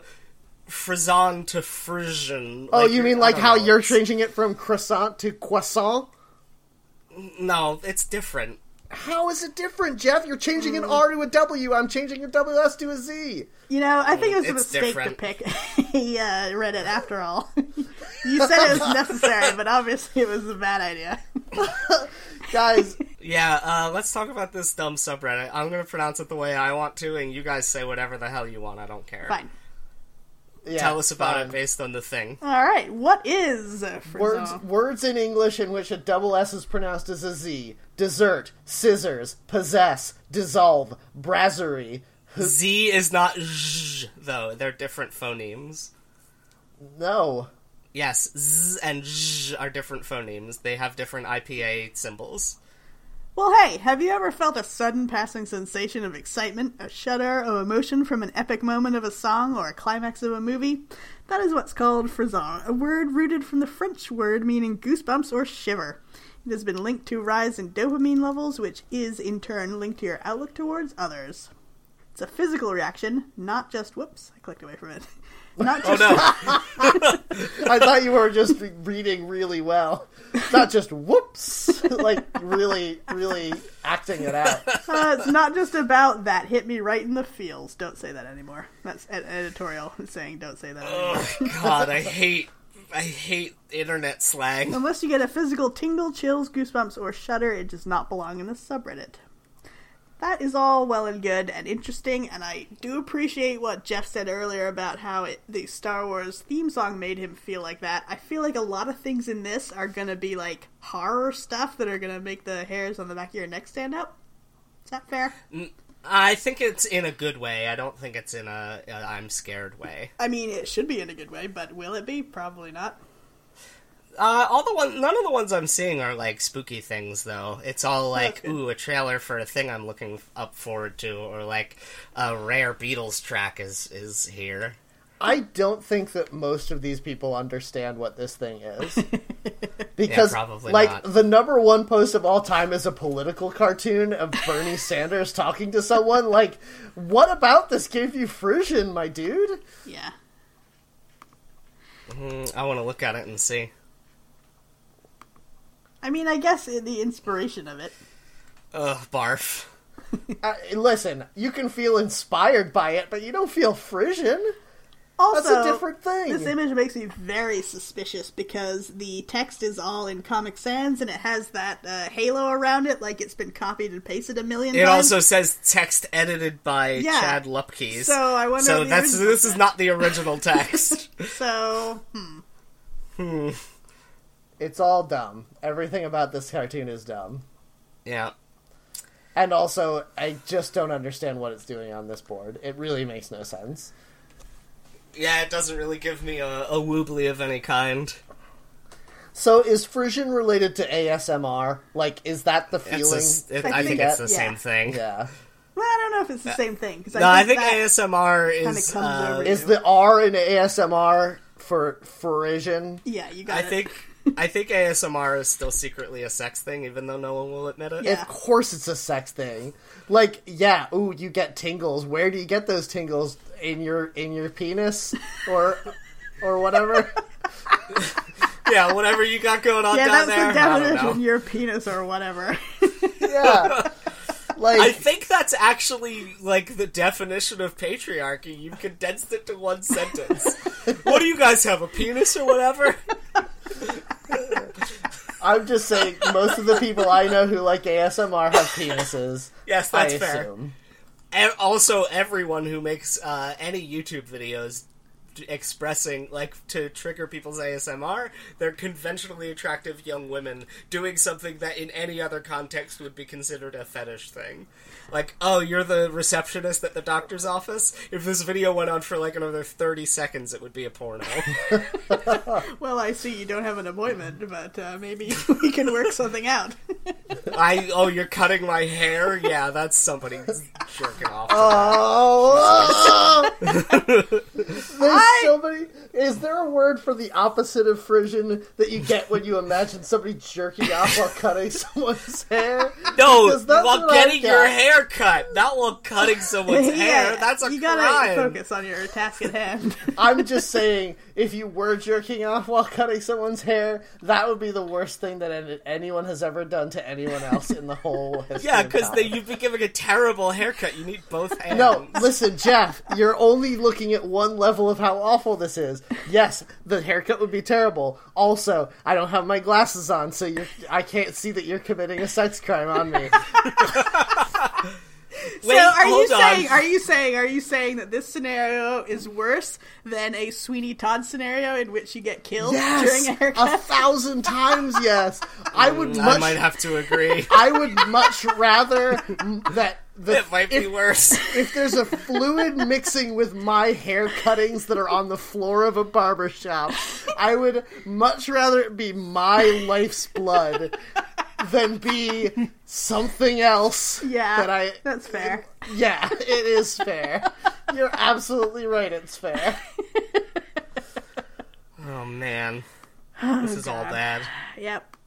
frisson to frisian. Oh, you you're- mean I like don't how know. you're changing it from croissant to croissant? No, it's different. How is it different, Jeff? You're changing Hmm. an R to a W. I'm changing a WS to a Z. You know, I think it was a It's mistake different. to pick a uh, Reddit after all. you said it was necessary, but obviously it was a bad idea. Guys, Yeah, uh, let's talk about this dumb subreddit. I'm gonna pronounce it the way I want to, and you guys say whatever the hell you want. I don't care. Fine. yeah, Tell us about it fine. based on the thing. All right, what is uh, frisson? Words, words in English in which a double S is pronounced as a Z. Dessert, scissors, possess, dissolve, brasserie. Z is not zh, though. They're different phonemes. No. Yes, z and zh are different phonemes. They have different IPA symbols. Well, hey, have you ever felt a sudden passing sensation of excitement, a shudder, of emotion from an epic moment of a song or a climax of a movie? That is what's called frisson, a word rooted from the French word meaning goosebumps or shiver. It has been linked to rise in dopamine levels, which is in turn linked to your outlook towards others. It's a physical reaction, not just whoops, I clicked away from it. Not just No, I thought you were just re- reading really well. Not just whoops, like really, really acting it out. uh, it's not just about that hit me right in the feels. Don't say that anymore. That's an editorial saying don't say that anymore. God, I hate, I hate internet slang. Unless you get a physical tingle, chills, goosebumps, or shudder, it does not belong in the subreddit. That is all well and good and interesting, and I do appreciate what Jeff said earlier about how it, the Star Wars theme song made him feel like that. I feel like a lot of things in this are gonna be like horror stuff that are gonna make the hairs on the back of your neck stand up. Is that fair? I think it's in a good way. I don't think it's in a, a I'm scared way. I mean, it should be in a good way, but will it be? Probably not. Uh, all the one, none of the ones I'm seeing are like spooky things though. It's Oh, all like, good. ooh, a trailer for a thing I'm looking f- up forward to, or like a rare Beatles track is is here. I don't think that most of these people understand what this thing is. Yeah, Because probably like not. the number one post of all time is a political cartoon of Bernie Sanders talking to someone like what about this gave you fruition, my dude? Yeah. Mm, I want to look at it and see. I mean, I guess uh, the inspiration of it. Ugh, barf. Uh, listen, you can feel inspired by it, but you don't feel fruition. Also, That's a different thing. This image makes me very suspicious because the text is all in Comic Sans and it has that uh, halo around it, like it's been copied and pasted a million It times. also says text edited by Yeah. Chad Lupkes. So I wonder So if the that's original this is not the original text. so hmm, It's all dumb. Everything about this cartoon is dumb. yeah. And also, I just don't understand what it's doing on this board. It really makes no sense. Yeah, it doesn't really give me a, a woobly of any kind. So is Frisian related to ASMR? Like, is that the feeling? It's a s- it- I I think think it's the that- same yeah. thing. Yeah. well, I don't know if it's the same thing because Uh, No, I I think, think that, ASMR is. comes over uh, you. Is the R in ASMR for Frisian? yeah, you got I it. think I think ASMR is still secretly a sex thing, even though no one will admit it. Yeah. Of course it's a sex thing. Like, yeah, ooh, you get tingles. Where do you get those tingles? In your in your penis or or whatever? Yeah, whatever you got going on yeah, down that's there. the I don't definition. know. Your penis or whatever. yeah. Like I think that's actually like the definition of patriarchy. You've condensed it to one sentence. what do you guys have? A penis or whatever? I'm just saying, most of the people I know who like ASMR have penises. Yes, I that's fair. assume. And E-, also, everyone who makes uh, any YouTube videos d- expressing, like, to trigger people's ASMR, they're conventionally attractive young women doing something that in any other context would be considered a fetish thing. Like, oh, you're the receptionist at the doctor's office? If this video went on for, like, another 30 seconds, it would be a porno. Well, I see you don't have an appointment, but uh, maybe we can work something out. I, oh, you're cutting my hair? Yeah, that's somebody jerking off. Oh, there's so many. Is there a word for the opposite of frisson that you get when you imagine somebody jerking off while cutting someone's hair? No, Because that's while what I getting your got. hair cut, not while cutting someone's hair. That's a you gotta crime. focus on your task at hand. I'm just saying, if you were jerking off while cutting someone's hair, that would be the worst thing that any- anyone has ever done to anyone else in the whole history. Yeah, of because time. you'd be giving a terrible haircut. You need both hands. No, listen, Jeff, you're only looking at one level of how awful this is. Yes, the haircut would be terrible. Also, I don't have my glasses on, so you're, I can't see that you're committing a sex crime on me. Wait, so, are you hold on. saying? Are you saying? Are you saying that this scenario is worse than a Sweeney Todd scenario in which you get killed Yes, during a a haircut? thousand times yes. I would Mm, I much, might have to agree. I would much rather that the it might be worse. if there's a fluid mixing with my hair cuttings that are on the floor of a barber shop, I would much rather it be my life's blood than be something else. yeah, That I that's fair. Yeah, it is fair. You're absolutely right, it's fair. Oh man, Oh, this is all bad. Yep.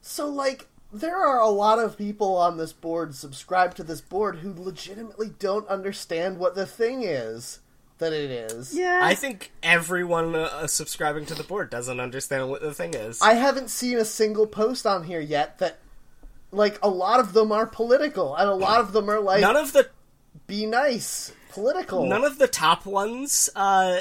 So like there are a lot of people on this board subscribed to this board who legitimately don't understand what the thing is that it is. Yeah. I think everyone uh, subscribing to the board doesn't understand what the thing is. I haven't seen a single post on here yet that like a lot of them are political and a lot of them are like none of the be nice political. none of the top ones uh,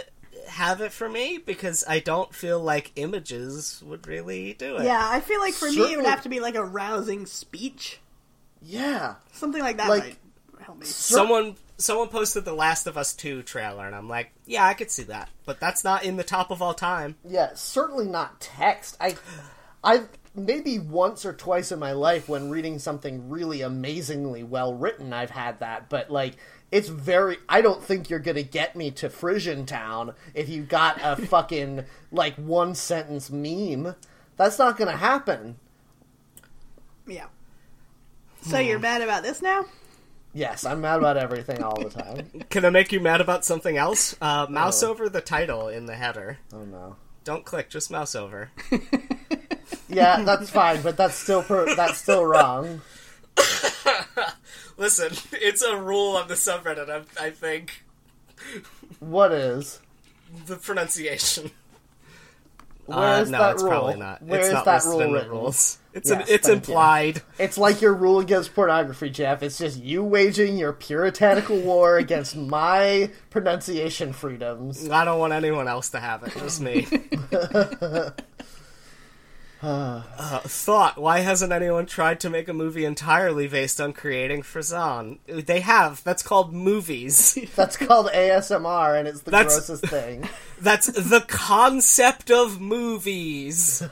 have it for me because I don't feel like images would really do it. yeah, I feel like for me it would Certainly- have to be like a rousing speech, yeah. something like that Like- might help me. someone someone posted the Last of Us 2 trailer and I'm like, yeah, I could see that, but that's not in the top of all time. Yeah, certainly not text. I I've maybe once or twice in my life when reading something really amazingly well written I've had that, but like it's very I don't think you're gonna get me to Frisian Town if you got a fucking like one sentence meme. That's not gonna happen. Yeah. So you're Hmm. mad about this now? Yes, I'm mad about everything all the time. Can I make you mad about something else? Uh, mouse over the title in the header. Oh no. Don't click, just mouse over. Yeah, that's fine, but that's still per- that's still wrong. Listen, it's a rule on the subreddit, I, I think. What is? The pronunciation. Uh, Where is no, that it's rule? probably not. Where it's is not that listed rule in the written? rules. It's, Yes, an, thank it's you. implied. It's like your rule against pornography, Jeff. It's just you waging your puritanical war against my pronunciation freedoms. I don't want anyone else to have it, just me. Uh, thought, why hasn't anyone tried to make a movie entirely based on creating Frazan? They have. That's called movies. That's called ASMR, and it's the That's- grossest thing. That's the concept of movies.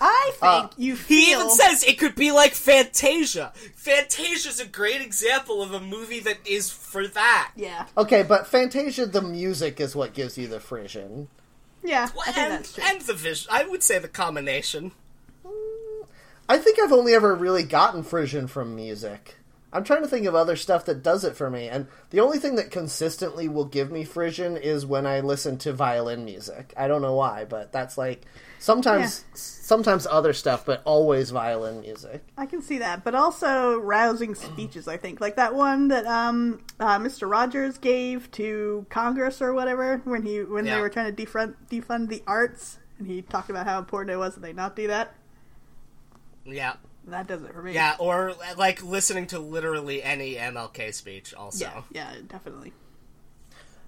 I think you feel Uh, He even says it could be like Fantasia. Fantasia's a great example of a movie that is for that. Yeah. Okay, but Fantasia, the music is what gives you the frisson. Yeah. Well, I think and, that's true. and the vision. I would say the combination. I think I've only ever really gotten frisson from music. I'm trying to think of other stuff that does it for me, and the only thing that consistently will give me frisson is when I listen to violin music. I don't know why, but that's like sometimes sometimes other stuff, but always violin music. I can see that, but also rousing speeches. I think like that one that um, uh, Mr. Rogers gave to Congress or whatever when he when Yeah. they were trying to defund defund the arts, and he talked about how important it was that they not do that. Yeah. That does it for me. Yeah, or like listening to literally any MLK speech. Also, yeah, yeah, definitely.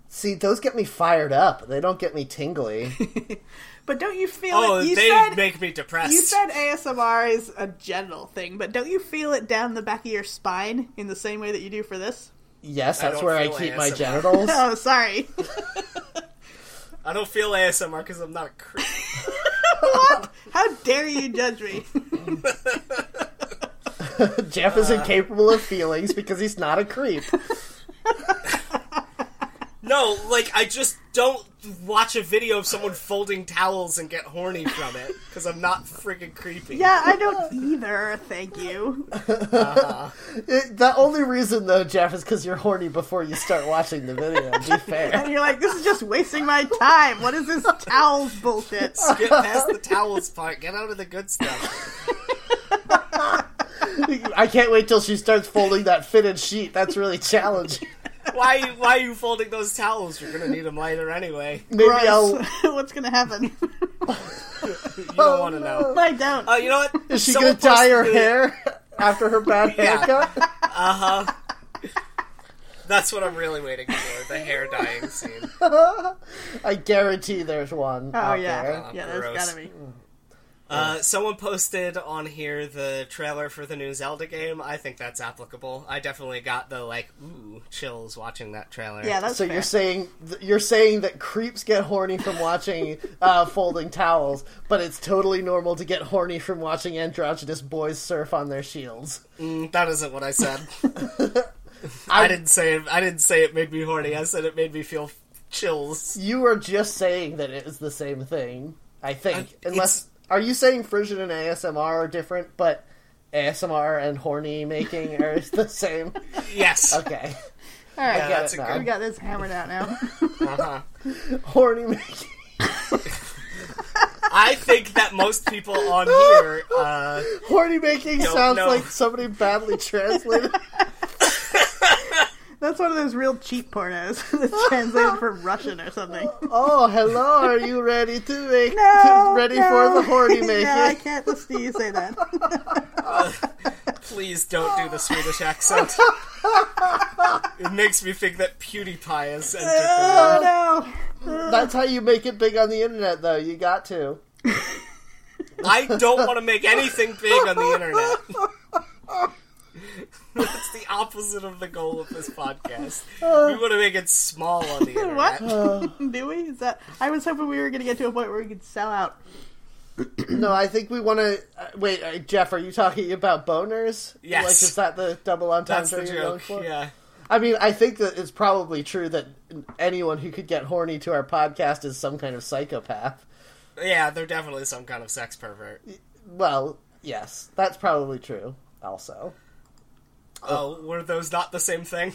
See, those get me fired up. They don't get me tingly. But don't you feel Oh, it? You they said make me depressed. you said ASMR is a general thing, but don't you feel it down the back of your spine in the same way that you do for this? Yes, I that's don't where I feel keep my ASMR. genitals. Oh, sorry. I don't feel ASMR because I'm not a creep. How dare you judge me? Jeff Uh. is incapable of feelings because he's not a creep. No, like I just don't watch a video of someone folding towels and get horny from it because I'm not freaking creepy. yeah, I don't either. Thank you. It- the only reason, though, Jeff, is because you're horny before you start watching the video. Be fair. And you're like, this is just wasting my time. What is this towels bullshit? Get past the towels part. Get out of the good stuff. I can't wait till she starts folding that fitted sheet. That's really challenging. Why? Why are you folding those towels? You're gonna need them later anyway. You Maybe I'll. Gross. What's gonna happen? don't want to know. I don't. Uh, you know what? Is she Someone gonna dye posted her the- hair after her bad Yeah. haircut? That's what I'm really waiting for. The hair dyeing scene. I guarantee there's one. oh out yeah, there. yeah. There's gross. gotta be. Uh, someone posted on here the trailer for the new Zelda game. I think that's applicable. I definitely got the like ooh chills watching that trailer. Yeah, that's So fair. you're saying th- you're saying that creeps get horny from watching uh, folding towels, but it's totally normal to get horny from watching androgynous boys surf on their shields. Mm, That isn't what I said. I didn't say it, I didn't say it made me horny. I said it made me feel chills. You are just saying that it is the same thing. I think, unless are you saying frisian and ASMR are different, but ASMR and horny making are the same? Yes. Okay, All right, get Yeah, that's it a now. we good. got this hammered out now. Uh-huh. horny making. I think that most people on here. Uh, Horny making Don't sounds know. like somebody badly translated. That's one of those real cheap pornos that's translated from Russian or something. oh, hello. Are you ready to make No, ready no. for the horny making? no, I can't listen to you say that. please don't do the Swedish accent. it makes me think that PewDiePie has entered the world. Oh no! That's how you make it big on the internet, though. You got to. I don't want to make anything big on the internet. That's the opposite of the goal of this podcast. Uh. We want to make it small on the internet. What? Do we? Is that? I was hoping we were going to get to a point where we could sell out. No, I think we want to. Uh, wait, uh, Jeff, are you talking about boners? Yes. Like, is that the double That's entendre the you're joke. going for? Yeah. I mean, I think that it's probably true that anyone who could get horny to our podcast is some kind of psychopath. Yeah, they're definitely some kind of sex pervert. Well, yes, that's probably true. Also, Oh, were those not the same thing?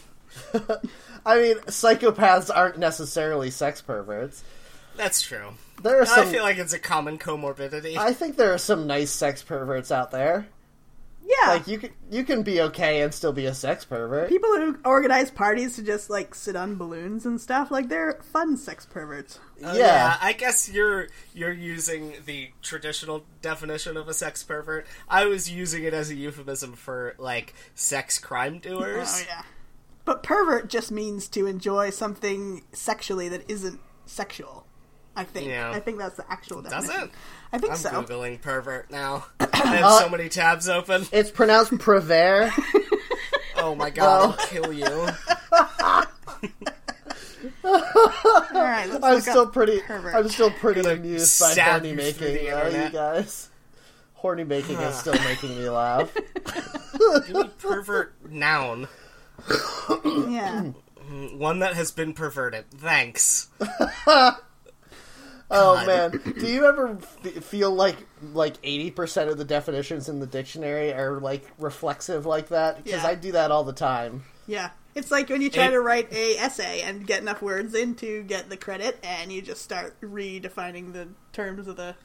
I mean, psychopaths aren't necessarily sex perverts. That's true. There are some. I feel like it's a common comorbidity. I think there are some nice sex perverts out there. Yeah, Like you can you can be okay and still be a sex pervert. people who organize parties to just like sit on balloons and stuff. Like they're fun sex perverts. Oh, I guess you're you're using the traditional definition of a sex pervert. I was using it as a euphemism for like sex crime doers. Oh yeah. But pervert just means to enjoy something sexually that isn't sexual. I think. Yeah. I think that's the actual Does definition. it? I think I'm so. Uh, googling pervert now. I have so many tabs open. It's pronounced Prever. Oh my god, I'll kill you. All right, let's I'm look still up pretty. pervert. I'm still pretty Gonna amused by stab horny you through making. the though, you internet. guys, horny making is still making me laugh. Give me pervert noun. yeah. One that has been perverted. Thanks. Oh man, do you ever f- feel like like eighty percent of the definitions in the dictionary are like reflexive like that? Because Yeah. I do that all the time. Yeah. It's like when you try It- to write a essay and get enough words in to get the credit and you just start redefining the terms of the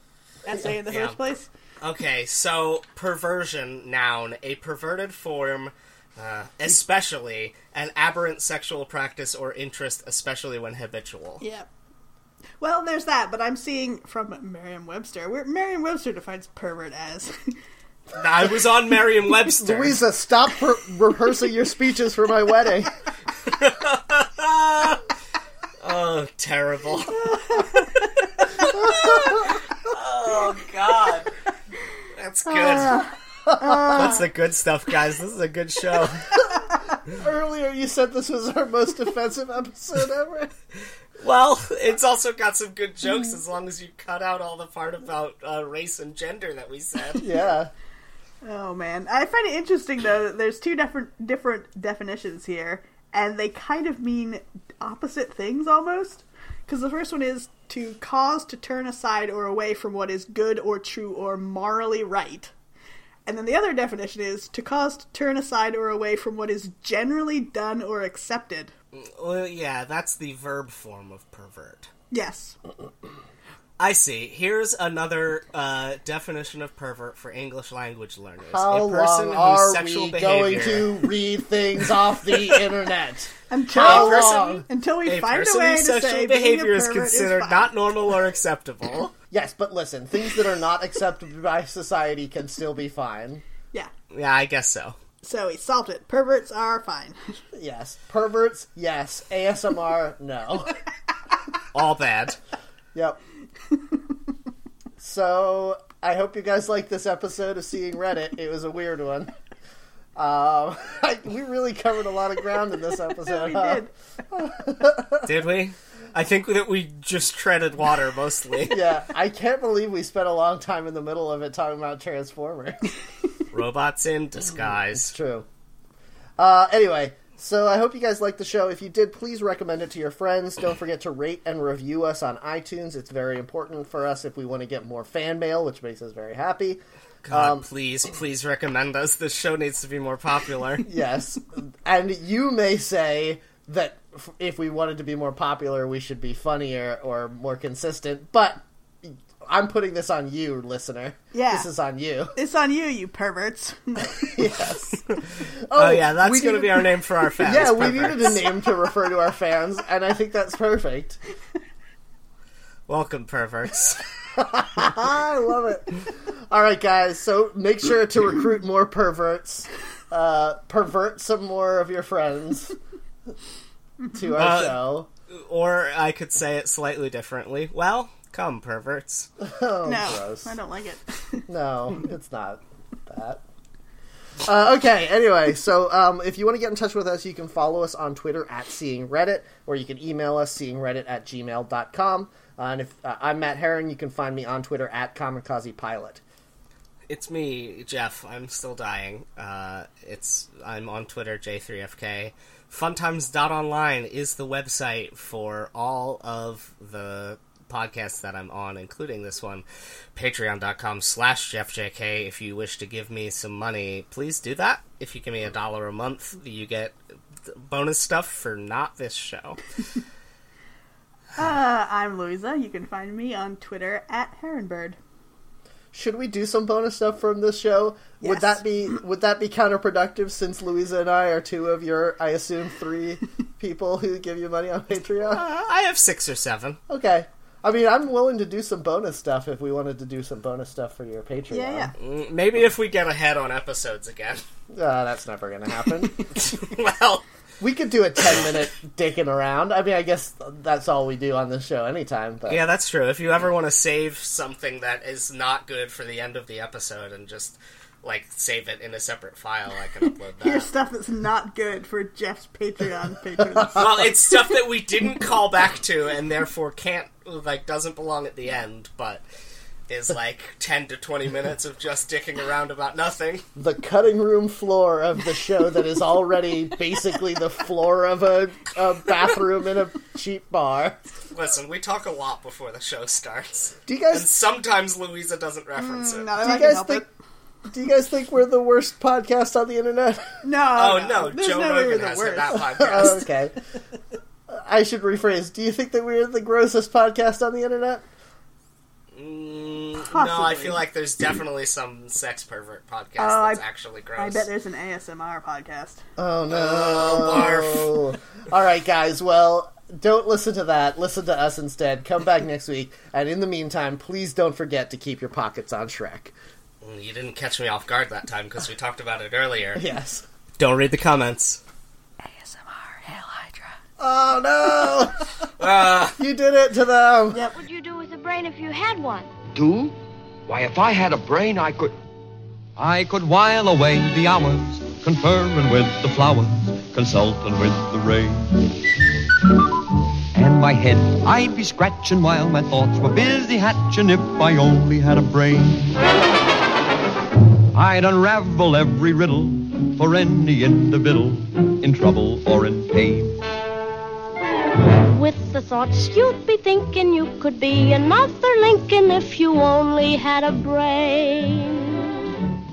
essay in the Yeah. first place. Okay, so perversion noun, a perverted form, uh, especially an aberrant sexual practice or interest, especially when habitual. Yeah. Well, there's that, but I'm seeing from Merriam-Webster, where Merriam-Webster defines pervert as I was on Merriam-Webster. Louisa, stop re- rehearsing your speeches for my wedding. Oh, terrible. Oh God. That's good. Ah. That's the good stuff, guys. This is a good show. Earlier, you said this was our most offensive episode ever. Well, it's also got some good Hmm. jokes as long as you cut out all the part about uh, race and gender that we said. Yeah. Oh man, I find it interesting though that there's two different different definitions here, and they kind of mean opposite things almost. Because the first one is to cause to turn aside or away from what is good or true or morally right, and then the other definition is to cause to turn aside or away from what is generally done or accepted. Well, yeah, that's the verb form of pervert. Yes, I see. Here's another uh, definition of pervert for English language learners. How a person long whose are sexual we behavior... going to read things off the internet? until How long? until we A find person a way to whose sexual say behavior being a is pervert considered fine. not normal or acceptable. Yes, but listen, things that are not accepted by society can still be fine. Yeah. yeah, I guess so. So he solved it. Perverts are fine. Yes. Perverts, yes. ASMR, no. All bad. Yep. so I hope you guys liked this episode of Seeing Reddit. It was a weird one. Um, we really covered a lot of ground in this episode. we huh? did. Did we? I think that we just treaded water mostly. Yeah, I can't believe we spent a long time in the middle of it talking about Transformers. Robots in disguise. True. Uh, anyway, so I hope you guys liked the show. If you did, please recommend it to your friends. Don't forget to rate and review us on iTunes. It's very important for us if we want to get more fan mail, which makes us very happy. God, please, please recommend us. This show needs to be more popular. Yes. and you may say that f- if we wanted to be more popular, we should be funnier or more consistent, but I'm putting this on you, listener. Yeah. This is on you. It's on you, you perverts. Oh, yes. oh yeah, that's we going to need- be our name for our fans. Yeah, we Perfect. needed a name to refer to our fans, and I think that's perfect. Welcome, perverts. I love it. All right, guys. So make sure to recruit more perverts. Uh, pervert some more of your friends to our Uh, show. or I could say it slightly differently. Well, come, perverts. Oh, no, gross. I don't like it. No, it's not that. Uh, okay, anyway, so um, if you want to get in touch with us, you can follow us on Twitter at Seeing Reddit, or you can email us seeingreddit at gmail.com. Uh, and if uh, I'm Matt Herron, you can find me on Twitter at Kamikaze Pilot. It's me, Jeff. I'm still dying. Uh, it's I'm on Twitter, J3FK. Funtimes.online is the website for all of the podcasts that I'm on, including this one. Patreon.com slash JeffJK. If you wish to give me some money, please do that. If you give me a dollar a month, you get bonus stuff for not this show. Uh, I'm Louisa. You can find me on Twitter at Heronbird. should we do some bonus stuff from this show? Would Yes. that be would that be counterproductive since Louisa and I are two of your I assume three people who give you money on Patreon? Uh, I have six or seven. Okay. I mean, I'm willing to do some bonus stuff if we wanted to do some bonus stuff for your Patreon. Yeah, yeah. Mm, Maybe if we get ahead on episodes again. Uh, that's never going to happen. well, we could do a 10 minute dicking around. I mean, I guess that's all we do on this show anytime, but Yeah, that's true. If you ever want to save something that is not good for the end of the episode and just like save it in a separate file, I can upload Here's that. stuff that's not good for Jeff's Patreon patrons. well, it's stuff that we didn't call back to and therefore can't like doesn't belong at the end, but is like 10 to 20 minutes of just dicking around about nothing. the cutting room floor of the show that is already basically the floor of a, a bathroom in a cheap bar. Listen, we talk a lot before the show starts. Do you guys And sometimes Louisa doesn't reference it. Not that Do I you can guys help think? it. Do you guys think we're the worst podcast on the internet? No, Oh no, There's Joe no way we're Rogan the has it, worst. that oh, podcast. okay. I should rephrase. Do you think that we're the grossest podcast on the internet? Mm, no, I Possibly. feel like there's definitely some sex pervert podcast Oh, I- that's actually gross. I bet there's an ASMR podcast. Oh no! Oh, All right, guys. Well, don't listen to that. Listen to us instead. Come back next week, and in the meantime, please don't forget to keep your pockets on Shrek. Mm, You didn't catch me off guard that time because we talked about it earlier. Yes. Don't read the comments. ASMR Hail Hydra. Oh Uh, no! You did it to them. Yep. What would you do with a brain if you had one? Do? Why, if I had a brain, I could. I could while away the hours, conferring with the flowers, consulting with the rain. And my head, I'd be scratching while my thoughts were busy hatching if I only had a brain. I'd unravel every riddle for any individual in trouble or in pain. With the thoughts you'd be thinking you could be another Lincoln if you only had a brain.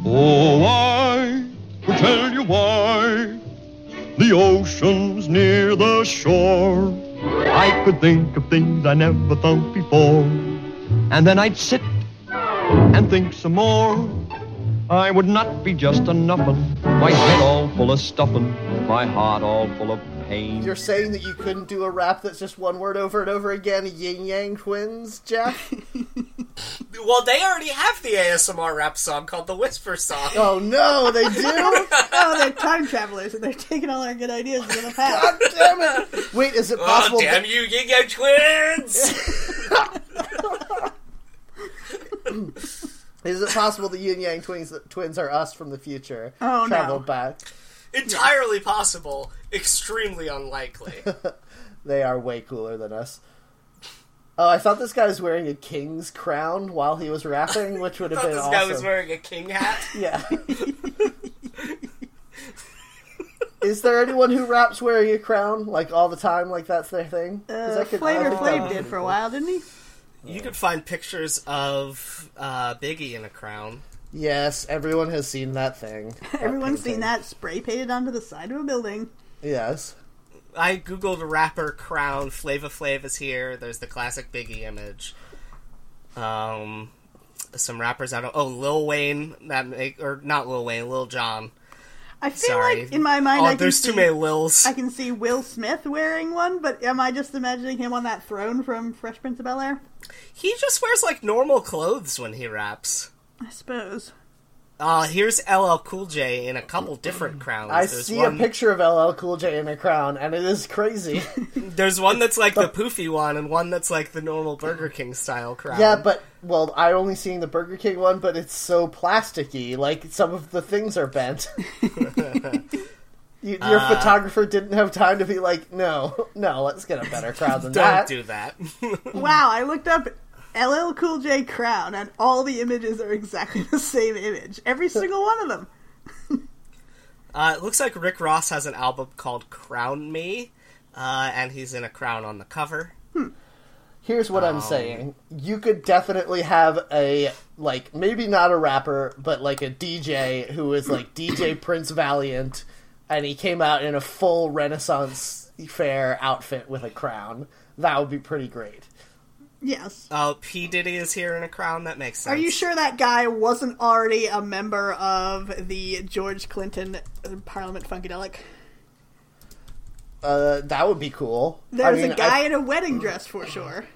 Oh, I will tell you why the ocean's near the shore. I could think of things I never thought before, and then I'd sit and think some more. I would not be just a nuffin, my head all full of stuffin', my heart all full of pain. You're saying that you couldn't do a rap that's just one word over and over again, yin yang twins, Jeff? well, they already have the ASMR rap song called the Whisper Song. Oh no, they do? Oh, they're time travelers and they're taking all our good ideas into the past. damn it! Wait, is it Oh, possible? damn that- you, Yin Yang Twins! Is it possible the yin yang twins twins are us from the future? Oh, no. traveled back. Entirely possible, extremely unlikely. They are way cooler than us. Oh, I thought this guy was wearing a king's crown while he was rapping, which would have thought been this awesome. guy was wearing a king hat. Yeah. Is there anyone who raps wearing a crown like all the time? Like that's their thing. 'Cause Uh, I could- I Flavor think that Flav would did be for a cool. while, didn't he? You could find pictures of uh, Biggie in a crown. Yes, everyone has seen that thing. That Everyone's seen painting. that spray painted onto the side of a building. Yes. I googled rapper crown. Flava Flav is here. There's the classic Biggie image. Um, some rappers I don't. Oh, Lil Wayne. That make or not Lil Wayne. Lil John. I feel Sorry. like in my mind, oh, I can there's see, too many Lils. I can see Will Smith wearing one, but am I just imagining him on that throne from Fresh Prince of Bel Air? He just wears like normal clothes when he raps. I suppose. Uh, here's LL Cool J in a couple different crowns. I there's see one, a picture of LL Cool J in a crown, and it is crazy. There's one that's like the poofy one, and one that's like the normal Burger King style crown. yeah, but well, I only seen the Burger King one, but it's so plasticky. Like some of the things are bent. you, Uh, your photographer didn't have time to be like, no, no, let's get a better crowd than don't that. do that. Wow, I looked up LL Cool J crown, and all the images are exactly the same image. Every single one of them. Uh, it looks like Rick Ross has an album called Crown Me, uh, and he's in a crown on the cover. Here's what I'm saying. You could definitely have a like maybe not a rapper, but like a DJ who is like DJ Prince Valiant and he came out in a full Renaissance fair outfit with a crown. That would be pretty great. Yes. Oh, P. Diddy is here in a crown? That makes sense. Are you sure that guy wasn't already a member of the George Clinton uh, Parliament Funkadelic? Uh, that would be cool. I There's mean, a guy I- in a wedding dress for sure.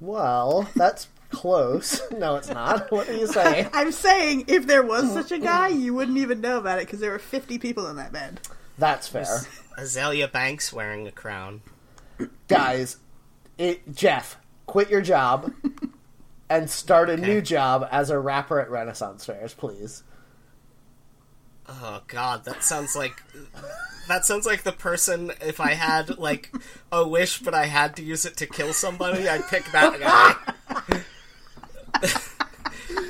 well, that's close. no, it's not. What are you saying? I'm saying if there Mm, was such a guy, you wouldn't even know about it because there were 50 people in that bed. That's fair, Azalea Banks wearing a crown. guys. It, Jeff, quit your job and start a new job as a rapper at Renaissance fairs, please. Oh God, that sounds like that sounds like the person. If I had like a wish, but I had to use it to kill somebody, I'd pick that guy.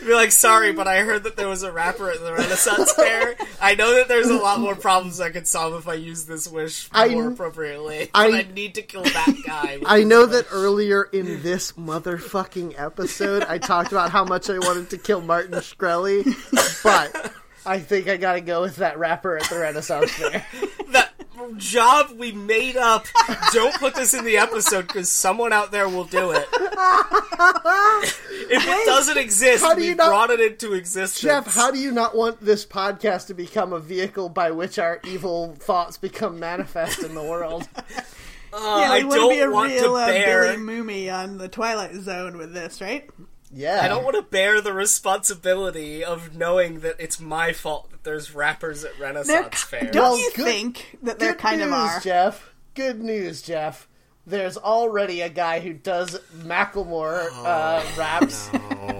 Be like, sorry, but I heard that there was a rapper at the Renaissance Fair. I know that there's a lot more problems I could solve if I use this wish I- more appropriately. I- I, I need to kill that guy. with I this know wish. that earlier in this motherfucking episode, I talked about how much I wanted to kill Martin Shkreli, but I think I gotta go with that rapper at the Renaissance Fair. that job we made up. Don't put this in the episode because someone out there will do it. if it doesn't exist, how do we you not- brought it into existence. Jeff, how do you not want this podcast to become a vehicle by which our evil thoughts become manifest in the world? Uh, yeah, we I wouldn't don't be a want real to uh, bear. Billy Moomy on the Twilight Zone with this, right? Yeah. I don't want to bear the responsibility of knowing that it's my fault that there's rappers at They're, Renaissance ki- fairs. don't Well, you good- think that they're Good kind news, of are? Jeff. Good news, Jeff. There's already a guy who does Macklemore Oh, uh, raps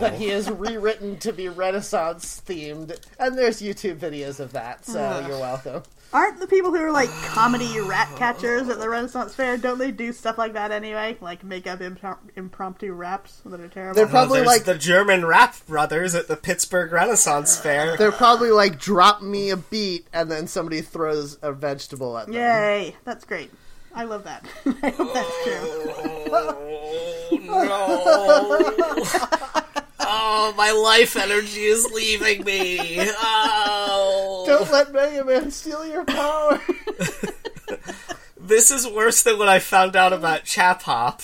that he has rewritten to be Renaissance themed, and there's YouTube videos of that. So you're welcome. Aren't the people who are like comedy rat catchers at the Renaissance Fair? Don't they do stuff like that anyway? Like make up improm- impromptu raps that are terrible. They're Oh, probably there's like the German rap brothers at the Pittsburgh Renaissance Fair. they're probably like drop me a beat, and then somebody throws a vegetable at them. Yay! That's great. I love that. I hope that's true. Oh, no. oh, my life energy is leaving me. Oh. Don't let Mega Man steal your power. This is worse than what I found out about Chap Hop.